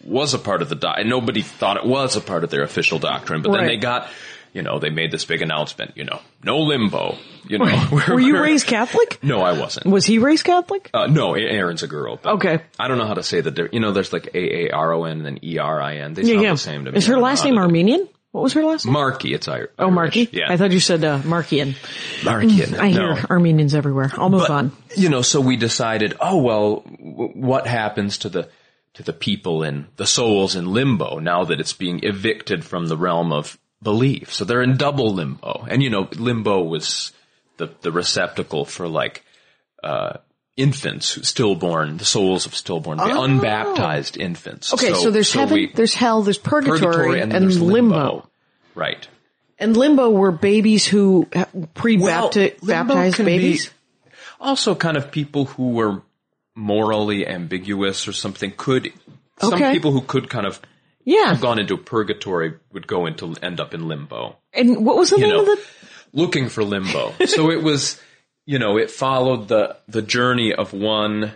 C: was a part of the doc. Nobody thought it was a part of their official doctrine, but then
B: Right.
C: they got. You know, they made this big announcement. You know, no limbo. You know, [laughs]
B: Were you raised Catholic?
C: No, I wasn't.
B: Was he raised Catholic?
C: Uh, no, A- Aaron's a girl. but
B: Okay.
C: I don't know how to say the difference. You know, there's like A A R O N and then E R I N. They sound the same to me.
B: Is her
C: I don't know
B: last
C: how
B: name
C: to-
B: Armenian? What was her last name?
C: Markey, it's Ir- Irish.
B: oh, Marky.
C: Yeah.
B: I thought you said uh, Markian.
C: Markey.
B: [laughs] I
C: no.
B: hear Armenians everywhere. I'll move
C: But,
B: on.
C: You know, so we decided, oh, well, w- what happens to the, to the people in, the souls in limbo now that it's being evicted from the realm of belief? So they're in double limbo. And you know, limbo was the, the receptacle for like, uh, infants, stillborn, the souls of stillborn, the unbaptized infants.
B: Oh. Okay, so, there's heaven,
C: we-
B: there's hell, there's purgatory, and,
C: then there's
B: limbo.
C: Right.
B: And limbo were babies who pre-baptized
C: Well, limbo can be-
B: babies.
C: also kind of people who were morally ambiguous or something could some
B: Okay.
C: people who could kind of
B: yeah.
C: have gone into purgatory would go into end up in limbo
B: And what was the
C: you
B: name
C: know
B: of the?
C: looking
B: [laughs]
C: for limbo so it was you know it followed the the journey of one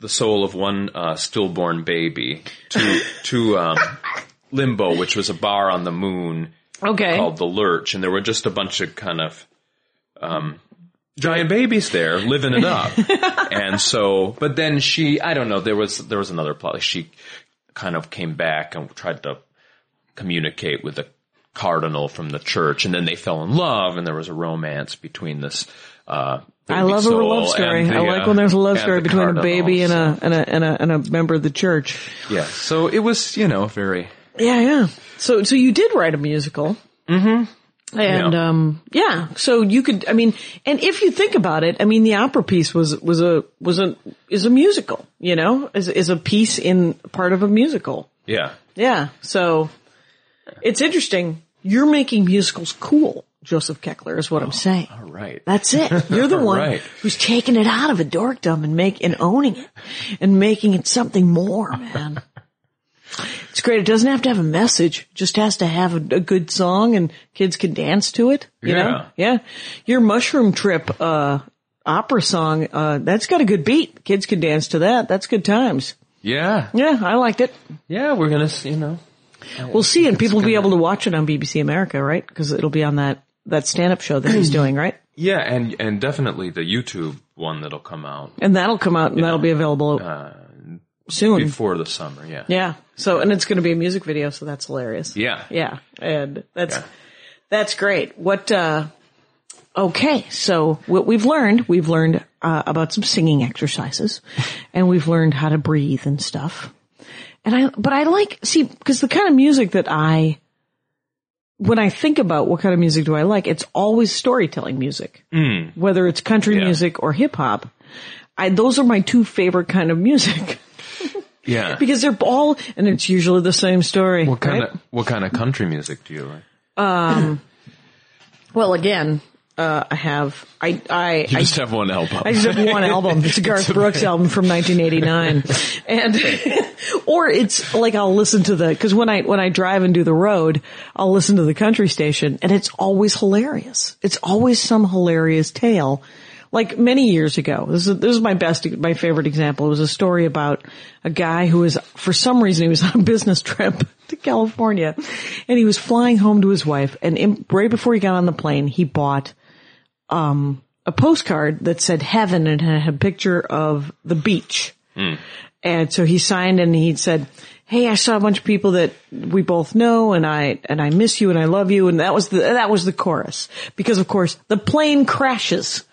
C: the soul of one uh, stillborn baby to to um, limbo which was a bar on the moon
B: Okay.
C: called the lurch and there were just a bunch of kind of um giant babies there living it up [laughs] and so but then she i don't know there was there was another plot she kind of came back and tried to communicate with the cardinal from the church and then they fell in love and there was a romance between this uh
B: I love a
C: baby soul
B: love story.
C: and the,
B: I like
C: uh,
B: when there's a love
C: and
B: story
C: the
B: between a
C: cardinal.
B: baby and a, and a and a and a member of the church.
C: yeah so it was you know very
B: Yeah, yeah. So so you did write a musical. Mm-hmm. And
C: Yeah.
B: um yeah, so you could I mean and if you think about it, I mean the opera piece was was a was a is a musical, you know? Is is a piece in part of a musical.
C: yeah
B: Yeah. So it's interesting. You're making musicals cool, Joseph Keckler is what I'm saying.
C: all right
B: That's it. You're the one
C: Right.
B: who's taking it out of a dorkdom and make and owning it and making it something more, man. it's great. It doesn't have to have a message; It just has to have a, a good song, and kids can dance to it. You know, yeah. Your mushroom trip uh, opera song uh, that's got a good beat. Kids can dance to that. That's good times.
C: yeah
B: Yeah, I liked it.
C: yeah we're gonna s- you know
B: We'll see, and people will be able to watch it on BBC America, right? Because it'll be on that that stand up show that he's doing, right?
C: Yeah, and and definitely the YouTube one that'll come out
B: And that'll come out and that'll be available soon.
C: before the summer. Yeah,
B: Yeah. So, and it's going to be a music video, so that's hilarious.
C: yeah,
B: Yeah. And that's,
C: Yeah.
B: that's great. What, uh, okay. So what we've learned, we've learned, uh, about some singing exercises and we've learned how to breathe and stuff. And I, but I like, see, cause the kind of music that I, when I think about what kind of music do I like, it's always storytelling music, mm. whether it's country
C: Yeah.
B: music or hip hop. I, those are my two favorite kind of music
C: yeah.
B: [laughs] because they're all, and it's usually the same story.
C: what kind
B: right?
C: of what kind of country music do you like?
B: Well, again, uh, I have I I I,
C: just have one album.
B: I just have one album. It's a Garth Brooks album from 1989, and or it's like I'll listen to the because when I when I drive and do the road, I'll listen to the country station, and it's always hilarious. It's always some hilarious tale. Like many years ago, this is, this is my best, my favorite example. It was a story about a guy who was, for some reason, he was [laughs] on a business trip to California and he was flying home to his wife. And in, right before he got on the plane, he bought a postcard that said heaven and had a picture of the beach. And so he signed and he said, Hey, I saw a bunch of people that we both know and I, and I miss you and I love you. And that was the, that was the chorus because of course the plane crashes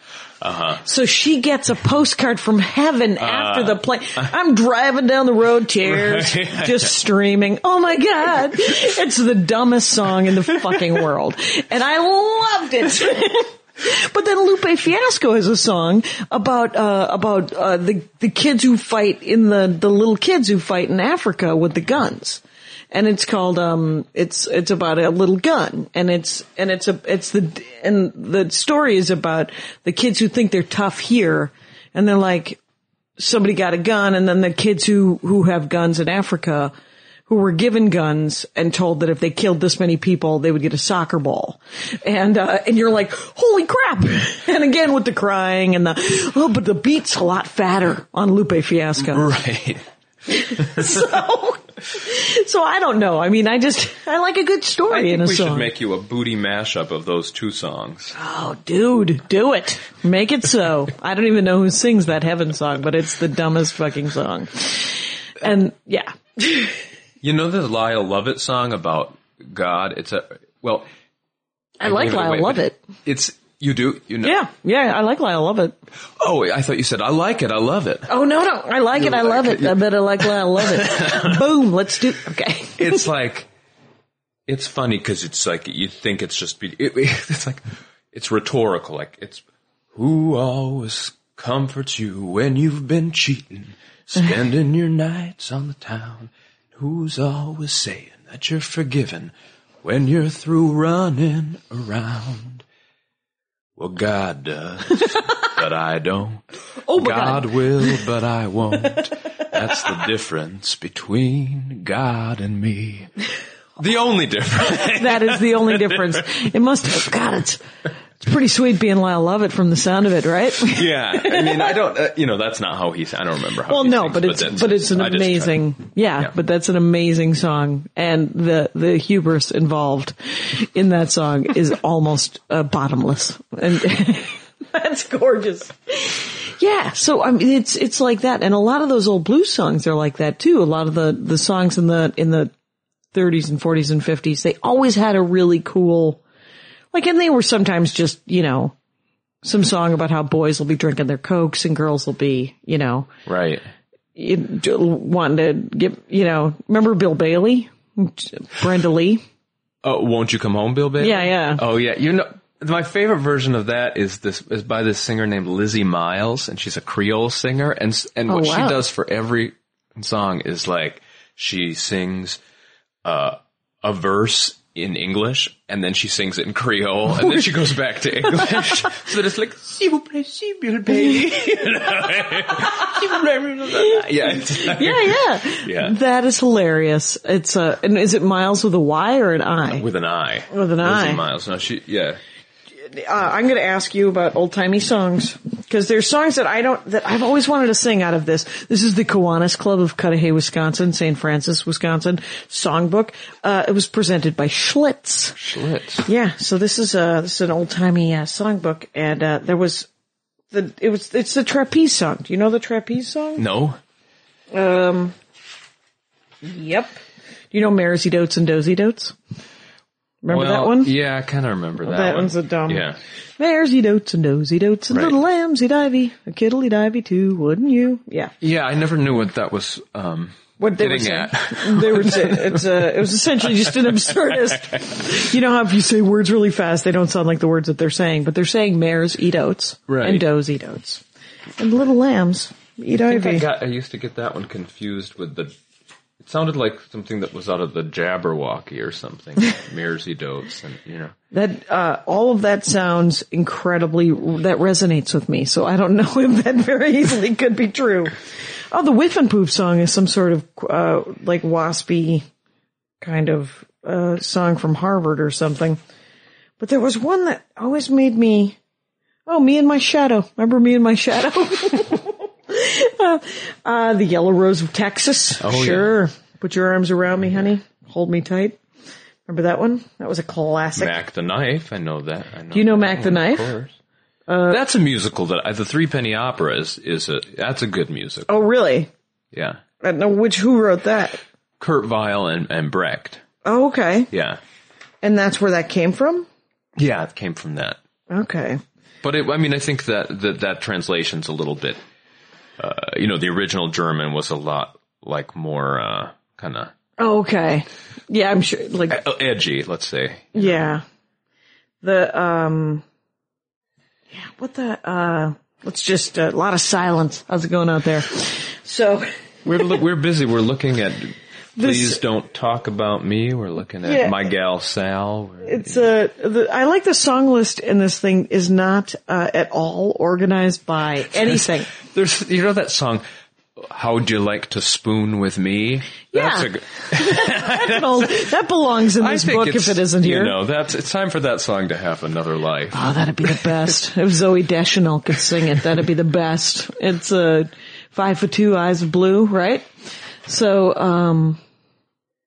C: Uh-huh.
B: So she gets a postcard from heaven after the plane. I'm driving down the road, tears just streaming. Oh my god, it's the dumbest song in the fucking world, and I loved it. [laughs] But then Lupe Fiasco has a song about uh, about uh, the the kids who fight in the the little kids who fight in Africa with the guns, and it's called um it's it's about a little gun and it's and it's a it's the and the story is about the kids who think they're tough here and they're like somebody got a gun and then the kids who who have guns in Africa who were given guns and told that if they killed this many people, they would get a soccer ball. And, uh, and you're like, holy crap. [laughs] And again with the crying and the, oh, but the beat's a lot fatter on Lupe Fiasco.
C: Right. [laughs]
B: So, so I don't know. I mean, I just, I like a good story
C: I think
B: in a
C: we
B: song.
C: should make you a booty mashup of those two songs.
B: oh, dude, do it. Make it so. I don't even know who sings that heaven song, but it's the dumbest fucking song. And yeah.
C: You know the Lyle Lovett song about God? It's a well.
B: I, like
C: gave
B: Lyle
C: away, but
B: Lovett.
C: It's you do you know?
B: Yeah, yeah, I like Lyle Lovett.
C: Oh, I thought you said I like it. I love it.
B: Oh no, no, I like it. I love it. I bet I like it. I love
C: [laughs]
B: it. Boom. Let's do. Okay.
C: It's like it's funny because it's like you think it's just be, [laughs] it, it's like it's rhetorical. Like it's who always comforts you when you've been cheating, spending your nights on the town. Who's always saying that you're forgiven when you're through running around? Well, God does, but I don't.
B: Oh my
C: God
B: God.
C: will, but I won't. That's the difference between God and me. [laughs] The only difference.
B: That is the only difference. It must. Have, God, it's it's pretty sweet being Lyle Lovett from the sound of it, right?
C: [laughs] yeah, I mean, I don't. Uh, you know, that's not how he. I don't remember how.
B: Well,
C: he
B: no,
C: sings,
B: but it's
C: that's-
B: but it's an
C: I just tried.
B: amazing. Yeah,
C: Yeah.
B: but that's an amazing song, and the the hubris involved in that song is [laughs] almost uh, bottomless, and [laughs] that's gorgeous. Yeah, so I mean, it's it's like that, and a lot of those old blues songs are like that too. A lot of the the songs in the in the 30s and 40s and 50s, they always had a really cool, like, and they were sometimes just you know. Some song about how boys will be drinking their cokes and girls will be, you know,
C: right?
B: you d- wanted to get, you know, remember Bill Bailey? Brenda Lee?
C: Oh, won't you come home, Bill Bailey?
B: Yeah, yeah.
C: Oh, yeah. You know, my favorite version of that is this is by this singer named Lizzie Miles, and she's a Creole singer, and s- and what
B: Oh, wow.
C: she does for every song is like she sings uh, a verse in English, and then she sings it in Creole, and [laughs] then she goes back to English. [laughs] so it's like, "S'il vous plaît, si, Bill Bailey." [laughs] You know? yeah. [laughs] it's like-
B: Yeah, yeah.
C: Yeah.
B: That is hilarious. It's a, and is it Miles with a Y or an I?
C: With an eye.
B: With an
C: Lizzie
B: eye.
C: Miles. No, she, yeah.
B: Uh, I'm going to ask you about old timey songs because there's songs that I don't, that I've always wanted to sing out of this. This is the Kiwanis Club of Cudahy, Wisconsin, St. Francis, Wisconsin songbook. Uh, it was presented by Schlitz.
C: Schlitz.
B: Yeah, so this is uh this is an old timey uh, songbook, and uh, there was the it was it's the trapeze song. Do you know the trapeze song?
C: No.
B: Um, yep. Do you know Maresy Dotes and Dozy Dotes? Remember that
C: Well,
B: one?
C: Yeah, I kind of remember that.
B: That
C: one.
B: one's a dumb.
C: Yeah,
B: Maresy Dotes and Dozy Dotes and
C: Right.
B: little lambsy divey, a kiddly divey too, wouldn't you? Yeah.
C: yeah. I never knew what that was. Um,
B: What they
C: Getting
B: were [laughs] saying.
C: at.
B: they were saying, it's a, it was essentially just an absurdist. You know how if you say words really fast, they don't sound like the words that they're saying, but they're saying mares eat oats
C: Right.
B: and does eat oats and little lambs eat
C: I, think I
B: ivy.
C: got. I used to get that one confused with the. It sounded like something that was out of the Jabberwocky
B: [laughs]
C: or something. Mersey Dotes and you know.
B: that, uh, all of that sounds incredibly, that resonates with me. So I don't [laughs] know if that very easily could be true. Oh, the whiff and poop song is some sort of, uh, like waspy kind of, uh, song from Harvard or something. But there was one that always made me, oh, me and my shadow. Remember me and my shadow? [laughs] Uh, uh, the yellow rose of Texas.
C: yeah.
B: sure. Put your arms around me, honey. Hold me tight. Remember that one? That was a classic.
C: Mac the Knife. I know that. I know
B: Do you know
C: that
B: Mac the
C: one,
B: Knife? Uh,
C: Of course. that's a musical that I, the Three Penny Opera is is a that's a good musical.
B: Oh, really?
C: Yeah,
B: I don't know which who wrote that.
C: Kurt Weill and, and Brecht.
B: Oh, okay.
C: Yeah,
B: And that's where that came from.
C: yeah, it came from that.
B: Okay.
C: But it, I mean, I think that that, that translation's a little bit. Uh, you know, the original German was a lot like more uh, kind of
B: Oh, Okay. Yeah, I'm sure. Like,
C: edgy, let's say.
B: yeah. The, um, yeah, what the, uh, let's just, a lot of silence. How's it going out there? So,
C: We're look, we're busy. We're looking at.
B: This-
C: Please don't talk about me. We're looking at
B: Yeah.
C: my gal Sal. We're-
B: It's a. The, I like the song list in this thing is not uh, at all organized by
C: [laughs]
B: anything.
C: There's, you know that song, How Would You Like to Spoon With Me?
B: Yeah.
C: good-
B: that, bel- that belongs in this book if
C: it's-
B: it isn't here.
C: You know, that's, it's time for that song to have another life.
B: Oh, that'd be the best. [laughs] if Zoe Deschanel could sing it, that'd be the best. It's uh, five for two, eyes of blue, right? So, um,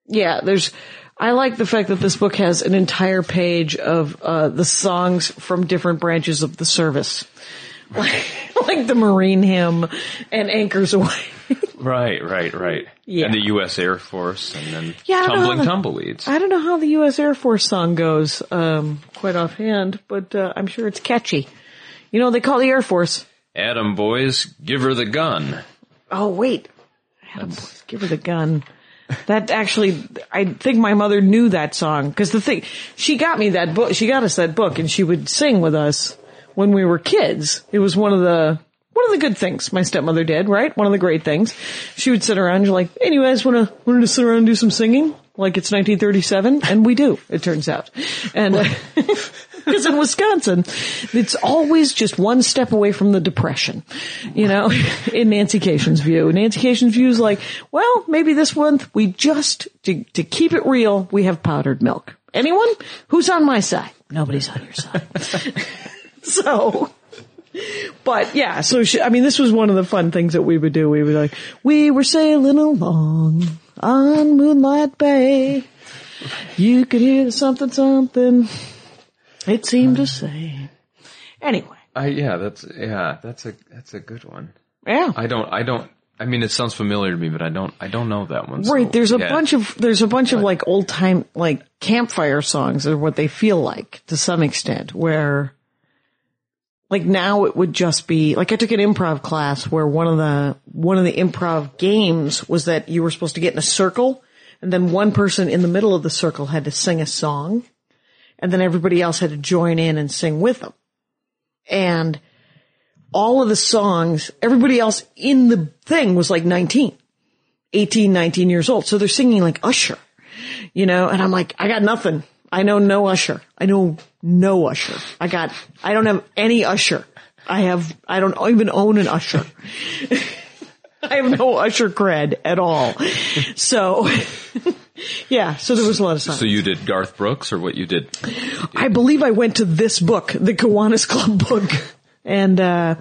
B: yeah, there's, I like the fact that this book has an entire page of, uh, the songs from different branches of the service. [laughs] Like, like the Marine hymn and Anchors Away.
C: Right, right, right.
B: Yeah.
C: And the U.S. Air Force and then
B: Yeah, I don't know
C: Tumbling
B: how the- [laughs]
C: Tumbleweeds.
B: I don't know how the U.S. Air Force song goes, um, quite offhand, but, uh, I'm sure it's catchy. You know, they call the Air Force.
C: Adam boys, give her the gun.
B: Oh wait, Adam, Boyce, give her the gun. That actually, I think my mother knew that song because the thing she got me that book, she got us that book, and she would sing with us when we were kids. It was one of the one of the good things my stepmother did, right? One of the great things. She would sit around, and you're like, "Hey, you guys want to wanted to sit around and do some singing?" Like it's 1937, and we do. It turns out, and [laughs] because in Wisconsin, it's always just one step away from the depression, you know, [laughs] in Nancy Cation's view. Nancy Cation's view is like, well, maybe this month we just, to, to keep it real, we have powdered milk. Anyone? Who's on my side? Nobody's on your side. [laughs] so. But yeah, so she, I mean, this was one of the fun things that we would do. We would like, we were sailing along on Moonlight Bay. You could hear something, something. It seemed to say. Anyway,
C: I, Uh, yeah, that's, yeah, that's a, that's a good one.
B: yeah.
C: I don't, I don't, I mean, it sounds familiar to me, but I don't, I don't know that one. so-
B: Right, there's a
C: yeah.
B: bunch of there's a bunch of like old time like campfire songs are what they feel like to some extent where like now it would just be like I took an improv class where one of the one of the improv games was that you were supposed to get in a circle and then one person in the middle of the circle had to sing a song and then everybody else had to join in and sing with them. And all of the songs, everybody else in the thing was like 19. 18, 19 years old. So they're singing like Usher, you know, and I'm like, I got nothing. I know no Usher. I know no Usher. I got, I don't have any Usher. I have, I don't even own an Usher. [laughs] I have no Usher cred at all. So [laughs] yeah, so there was a lot of songs.
C: So you did Garth Brooks or what you did?
B: I believe I went to this book, the Kiwanis Club [laughs] book, and uh,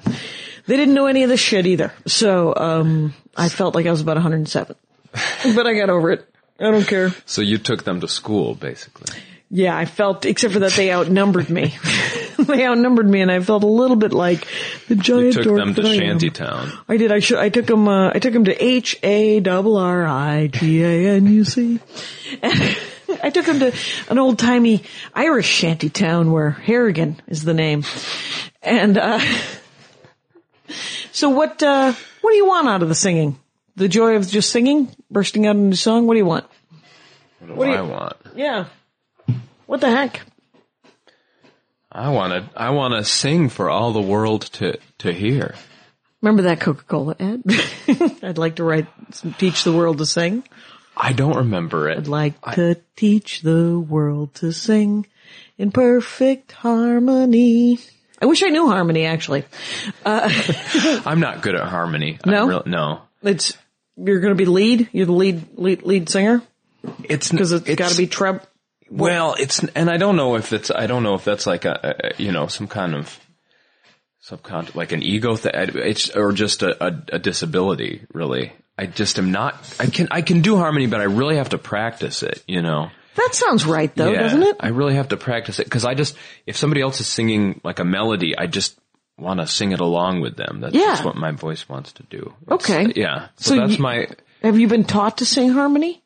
B: they didn't know any of this shit either. So um, I felt like I was about 107, [laughs] but I got over it. I don't care.
C: So you took them to school, basically.
B: Yeah, I felt except for that they outnumbered me. [laughs] they outnumbered me, and I felt a little bit like the giant.
C: You took
B: dork
C: them to
B: that I am.
C: Shantytown.
B: I did. I should. I took him. Uh, I took him to H A double R I T A N U C. [laughs] I took him to an old timey Irish shanty town where Harrigan is the name. And uh, [laughs] so, what? Uh, what do you want out of the singing? The joy of just singing, bursting out into song. What do you want?
C: What do,
B: do
C: I
B: you-
C: want?
B: Yeah. What the heck?
C: I want to. I want to sing for all the world to to hear.
B: Remember that Coca Cola ad? [laughs] I'd like to write, teach the world to sing.
C: I don't remember it.
B: I'd like to teach the world to sing in perfect harmony. I wish I knew harmony actually.
C: I'm not good at harmony. I'm
B: No?
C: real- no.
B: It's, you're gonna be lead, you're the lead, lead, lead singer,
C: It's
B: cause it's gotta be treb.
C: Well, it's and I don't know if it's. I don't know if that's like a, a you know some kind of subcon like an ego thing. It's or just a, a, a disability. Really, I just am not. I can I can do harmony, but I really have to practice it. You know.
B: That sounds right though, doesn't it?
C: I really have to practice it because I just if somebody else is singing like a melody, I just want to sing it along with them. That's
B: Yeah.
C: just what my voice wants to do. It's-
B: Okay.
C: Yeah.
B: So
C: So, that's
B: you-
C: my
B: Have you been taught to sing harmony?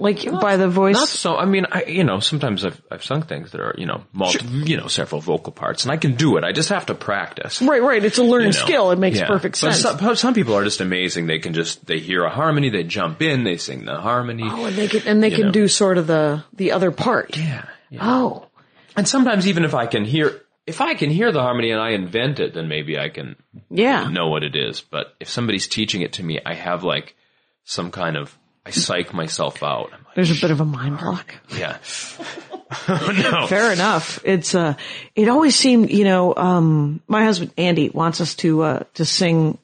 B: Like by the voice.
C: Not so. I mean, I you know sometimes I've I've sung things that are you know multi, you know several vocal parts, and I can do it. I just have to practice.
B: right, right. It's a learned
C: you know.
B: skill. It makes
C: Yeah.
B: perfect
C: But
B: sense.
C: Some, but some people are just amazing. They can just they hear a harmony, they jump in, they sing the harmony.
B: oh, and they can and they
C: you
B: can
C: know.
B: do sort of the the other part.
C: yeah, yeah.
B: Oh,
C: And sometimes even if I can hear if I can hear the harmony and I invent it, then maybe I can
B: yeah.
C: know what it is. But if somebody's teaching it to me, I have like some kind of I psych myself out. I'm like,
B: There's a bit of a mind block.
C: yeah. [laughs] oh, no.
B: Fair enough. It's uh, it always seemed, you know, um, my husband Andy wants us to uh to sing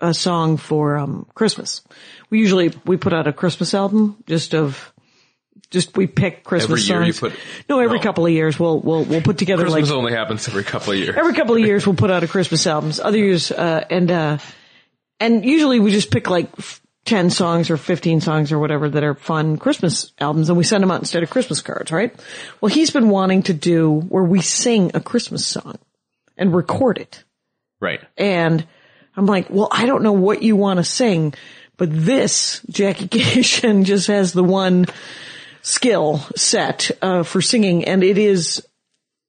B: a song for um Christmas. We usually we put out a Christmas album just of just we pick Christmas
C: Every year you
B: songs.
C: put-
B: no, every
C: no.
B: couple of years we'll we'll we'll put together
C: Christmas
B: like
C: only happens every couple of years.
B: every couple of years we'll put out a Christmas albums. Other years uh and uh and usually we just pick like f- 10 songs or 15 songs or whatever that are fun Christmas albums and we send them out instead of Christmas cards, right? Well, he's been wanting to do where we sing a Christmas song and record it.
C: right.
B: And I'm like, well, I don't know what you want to sing, but this Jackie [laughs] Cation just has the one skill set uh, for singing, and it is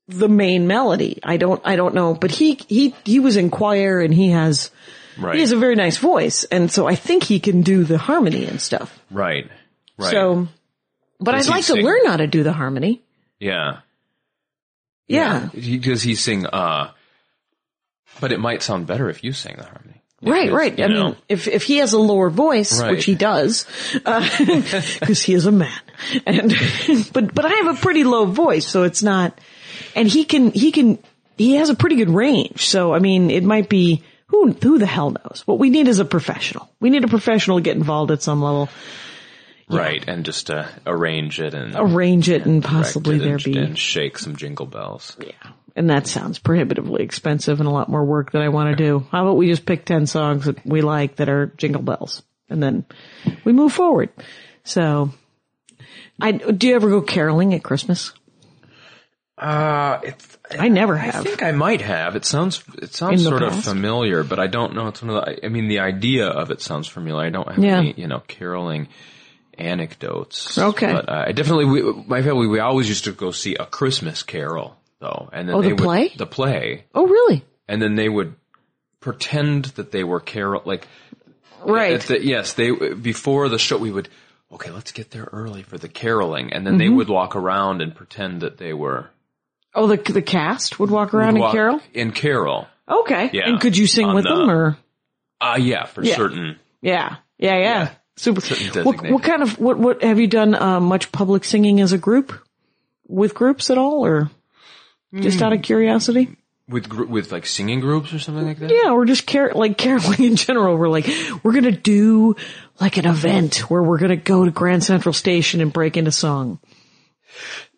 B: the main melody. I don't, I don't know, but he he he was in choir, and he has
C: Right.
B: he has a very nice voice, and so I think he can do the harmony and stuff.
C: right. Right.
B: So, but
C: Does
B: I'd
C: he
B: like to
C: sing?
B: learn how to do the harmony.
C: yeah.
B: Yeah,
C: He, does he sing, uh, but it might sound better if you sang the harmony.
B: Right,
C: Because,
B: right.
C: you
B: I
C: know,
B: mean, if if he has a lower voice,
C: Right.
B: which he does, [laughs] because he is a man, and [laughs] but but I have a pretty low voice, so it's not. And he can he can he has a pretty good range. So I mean, it might be who who the hell knows. What we need is a professional. We need a professional to get involved at some level,
C: right. And just, uh, arrange it and
B: arrange it, and possibly
C: correct it
B: there
C: and,
B: be
C: and shake some jingle bells.
B: And that sounds prohibitively expensive and a lot more work than I want to do. How about we just pick 10 songs that we like that are jingle bells and then we move forward. So I, do you ever go caroling at Christmas?
C: Uh, it's,
B: I never
C: I
B: have.
C: think I might have. It sounds it
B: In
C: sounds
B: the
C: sort of
B: past?
C: familiar, but I don't know. It's one of the. I mean, the idea of it sounds familiar. I don't have
B: Yeah.
C: any you know caroling anecdotes.
B: Okay.
C: but uh, I definitely we, my family we always used to go see a Christmas Carol though, and then
B: Oh,
C: they
B: the
C: would,
B: play?
C: the play,
B: oh, really?
C: and then they would pretend that they were carol like
B: Right.
C: at the- yes, they before the show we would okay, let's get there early for the caroling, and then
B: Mm-hmm.
C: they would walk around and pretend that they were
B: Oh, the, the cast would walk around
C: walk-
B: and carol?
C: in carol.
B: Okay.
C: Yeah.
B: And could you sing
C: On
B: with
C: the-
B: them or?
C: Ah, yeah, for
B: Yeah.
C: certain.
B: Yeah. Yeah. Yeah. Super.
C: Certain
B: What, what
C: designated.
B: kind of, what, what, have you done uh, much public singing as a group with groups at all or just
C: Hmm.
B: out of curiosity?
C: With gr- with like singing groups or something like that.
B: Yeah, we're just car- like caroling in general. We're like, we're gonna do like an event where we're gonna go to Grand Central Station and break into song.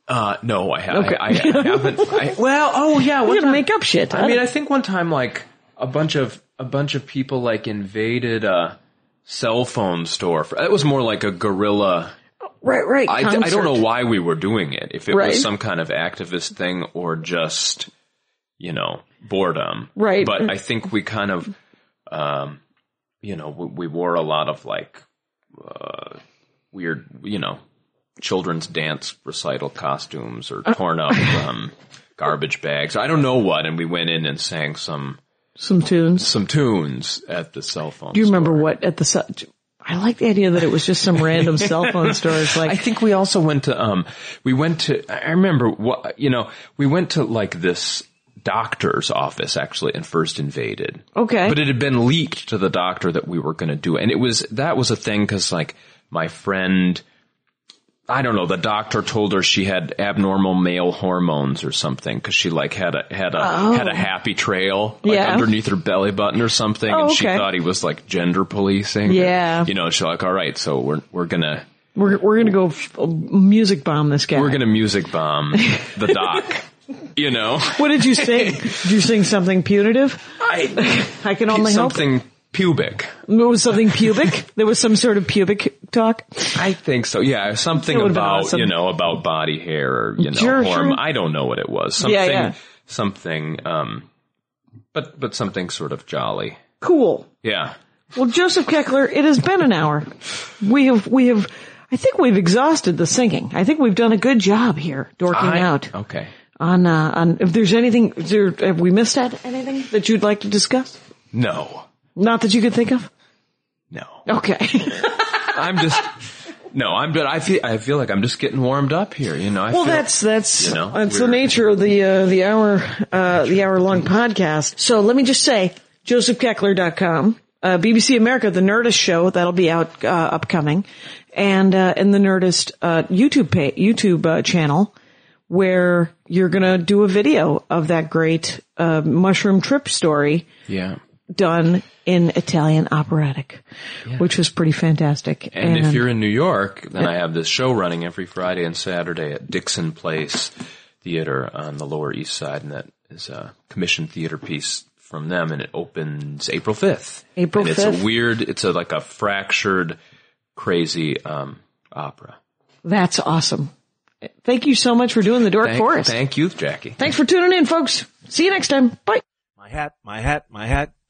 C: Uh, no, I, ha-
B: Okay. [laughs]
C: I, I, I haven't. I, well, oh yeah.
B: We're
C: One
B: gonna
C: time,
B: make up shit.
C: I mean, I think one time like a bunch of a bunch of people like invaded a cell phone store. For, it was more like a guerrilla.
B: right, right.
C: I, I don't know why we were doing it. If it
B: Right.
C: was some kind of activist thing or just you know boredom.
B: Right.
C: But I think we kind of, um, you know, we, we wore a lot of like uh, weird, you know, children's dance recital costumes or
B: Uh. [laughs]
C: torn up um, garbage bags. I don't know what, and we went in and sang some
B: some tunes.
C: some tunes at the cell phone.
B: Do you remember what at the? su- I like the idea that it was just some
C: [laughs]
B: random cell phone store. It's
C: I
B: like,
C: think we also went to um we went to I remember what you know we went to like this doctor's office actually and first invaded.
B: Okay.
C: But it had been leaked to the doctor that we were going to do it. and it was that was a thing cuz like my friend I don't know. The doctor told her she had abnormal male hormones or something because she like had a had a had a happy trail
B: Oh.
C: like
B: Yeah.
C: underneath her belly button or something,
B: Oh,
C: and she
B: okay.
C: thought he was like gender policing.
B: Yeah.
C: you know, she's like, all right, so we're we're gonna
B: we're we're gonna go f- music bomb this guy.
C: we're gonna music bomb the
B: [laughs]
C: doc. you know,
B: What did you
C: [laughs]
B: sing? did you sing something punitive?
C: I
B: I can only hope
C: something pubic.
B: it was something pubic. there was some sort of pubic talk.
C: I think so. Yeah, something
B: That would've been
C: about
B: awesome.
C: you know about body hair or you know
B: Sure,
C: horm-
B: sure.
C: I don't know what it was. Something,
B: Yeah, yeah.
C: something. Um, but but something sort of jolly.
B: Cool.
C: Yeah.
B: Well, Joseph Keckler, it has been an hour. We have, we have, I think we've exhausted the singing. I think we've done a good job here dorking
C: I-
B: out
C: Okay.
B: on uh, on if there's anything is there, have we missed out anything that you'd like to discuss?
C: No.
B: Not that you could think of.
C: No.
B: Okay. [laughs]
C: I'm just. No, I'm. But I feel. I feel like I'm just getting warmed up here. You know. I
B: Well,
C: feel-
B: that's that's
C: you know,
B: that's the
C: we're-
B: nature of the uh, the hour uh, the hour long podcast. So let me just say, josephkeckler.com, uh, BBC America, the Nerdist show that'll be out uh, upcoming, and uh, and the Nerdist uh, YouTube pa YouTube uh, channel where you're gonna do a video of that great uh, mushroom trip story
C: Yeah.
B: done in Italian operatic, which was pretty fantastic.
C: And, if you're in New York, then I have this show running every Friday and Saturday at Dixon Place Theater on the Lower East Side, and that is a commissioned theater piece from them, and it opens April fifth.
B: April
C: and it's
B: 5th.
C: a weird. It's a like a fractured, crazy um, opera.
B: that's awesome. Thank you so much for doing the Dork
C: Thank,
B: Forest.
C: thank you, Jackie.
B: Thanks for tuning in, folks. See you next time. Bye.
D: My hat, my hat, my hat.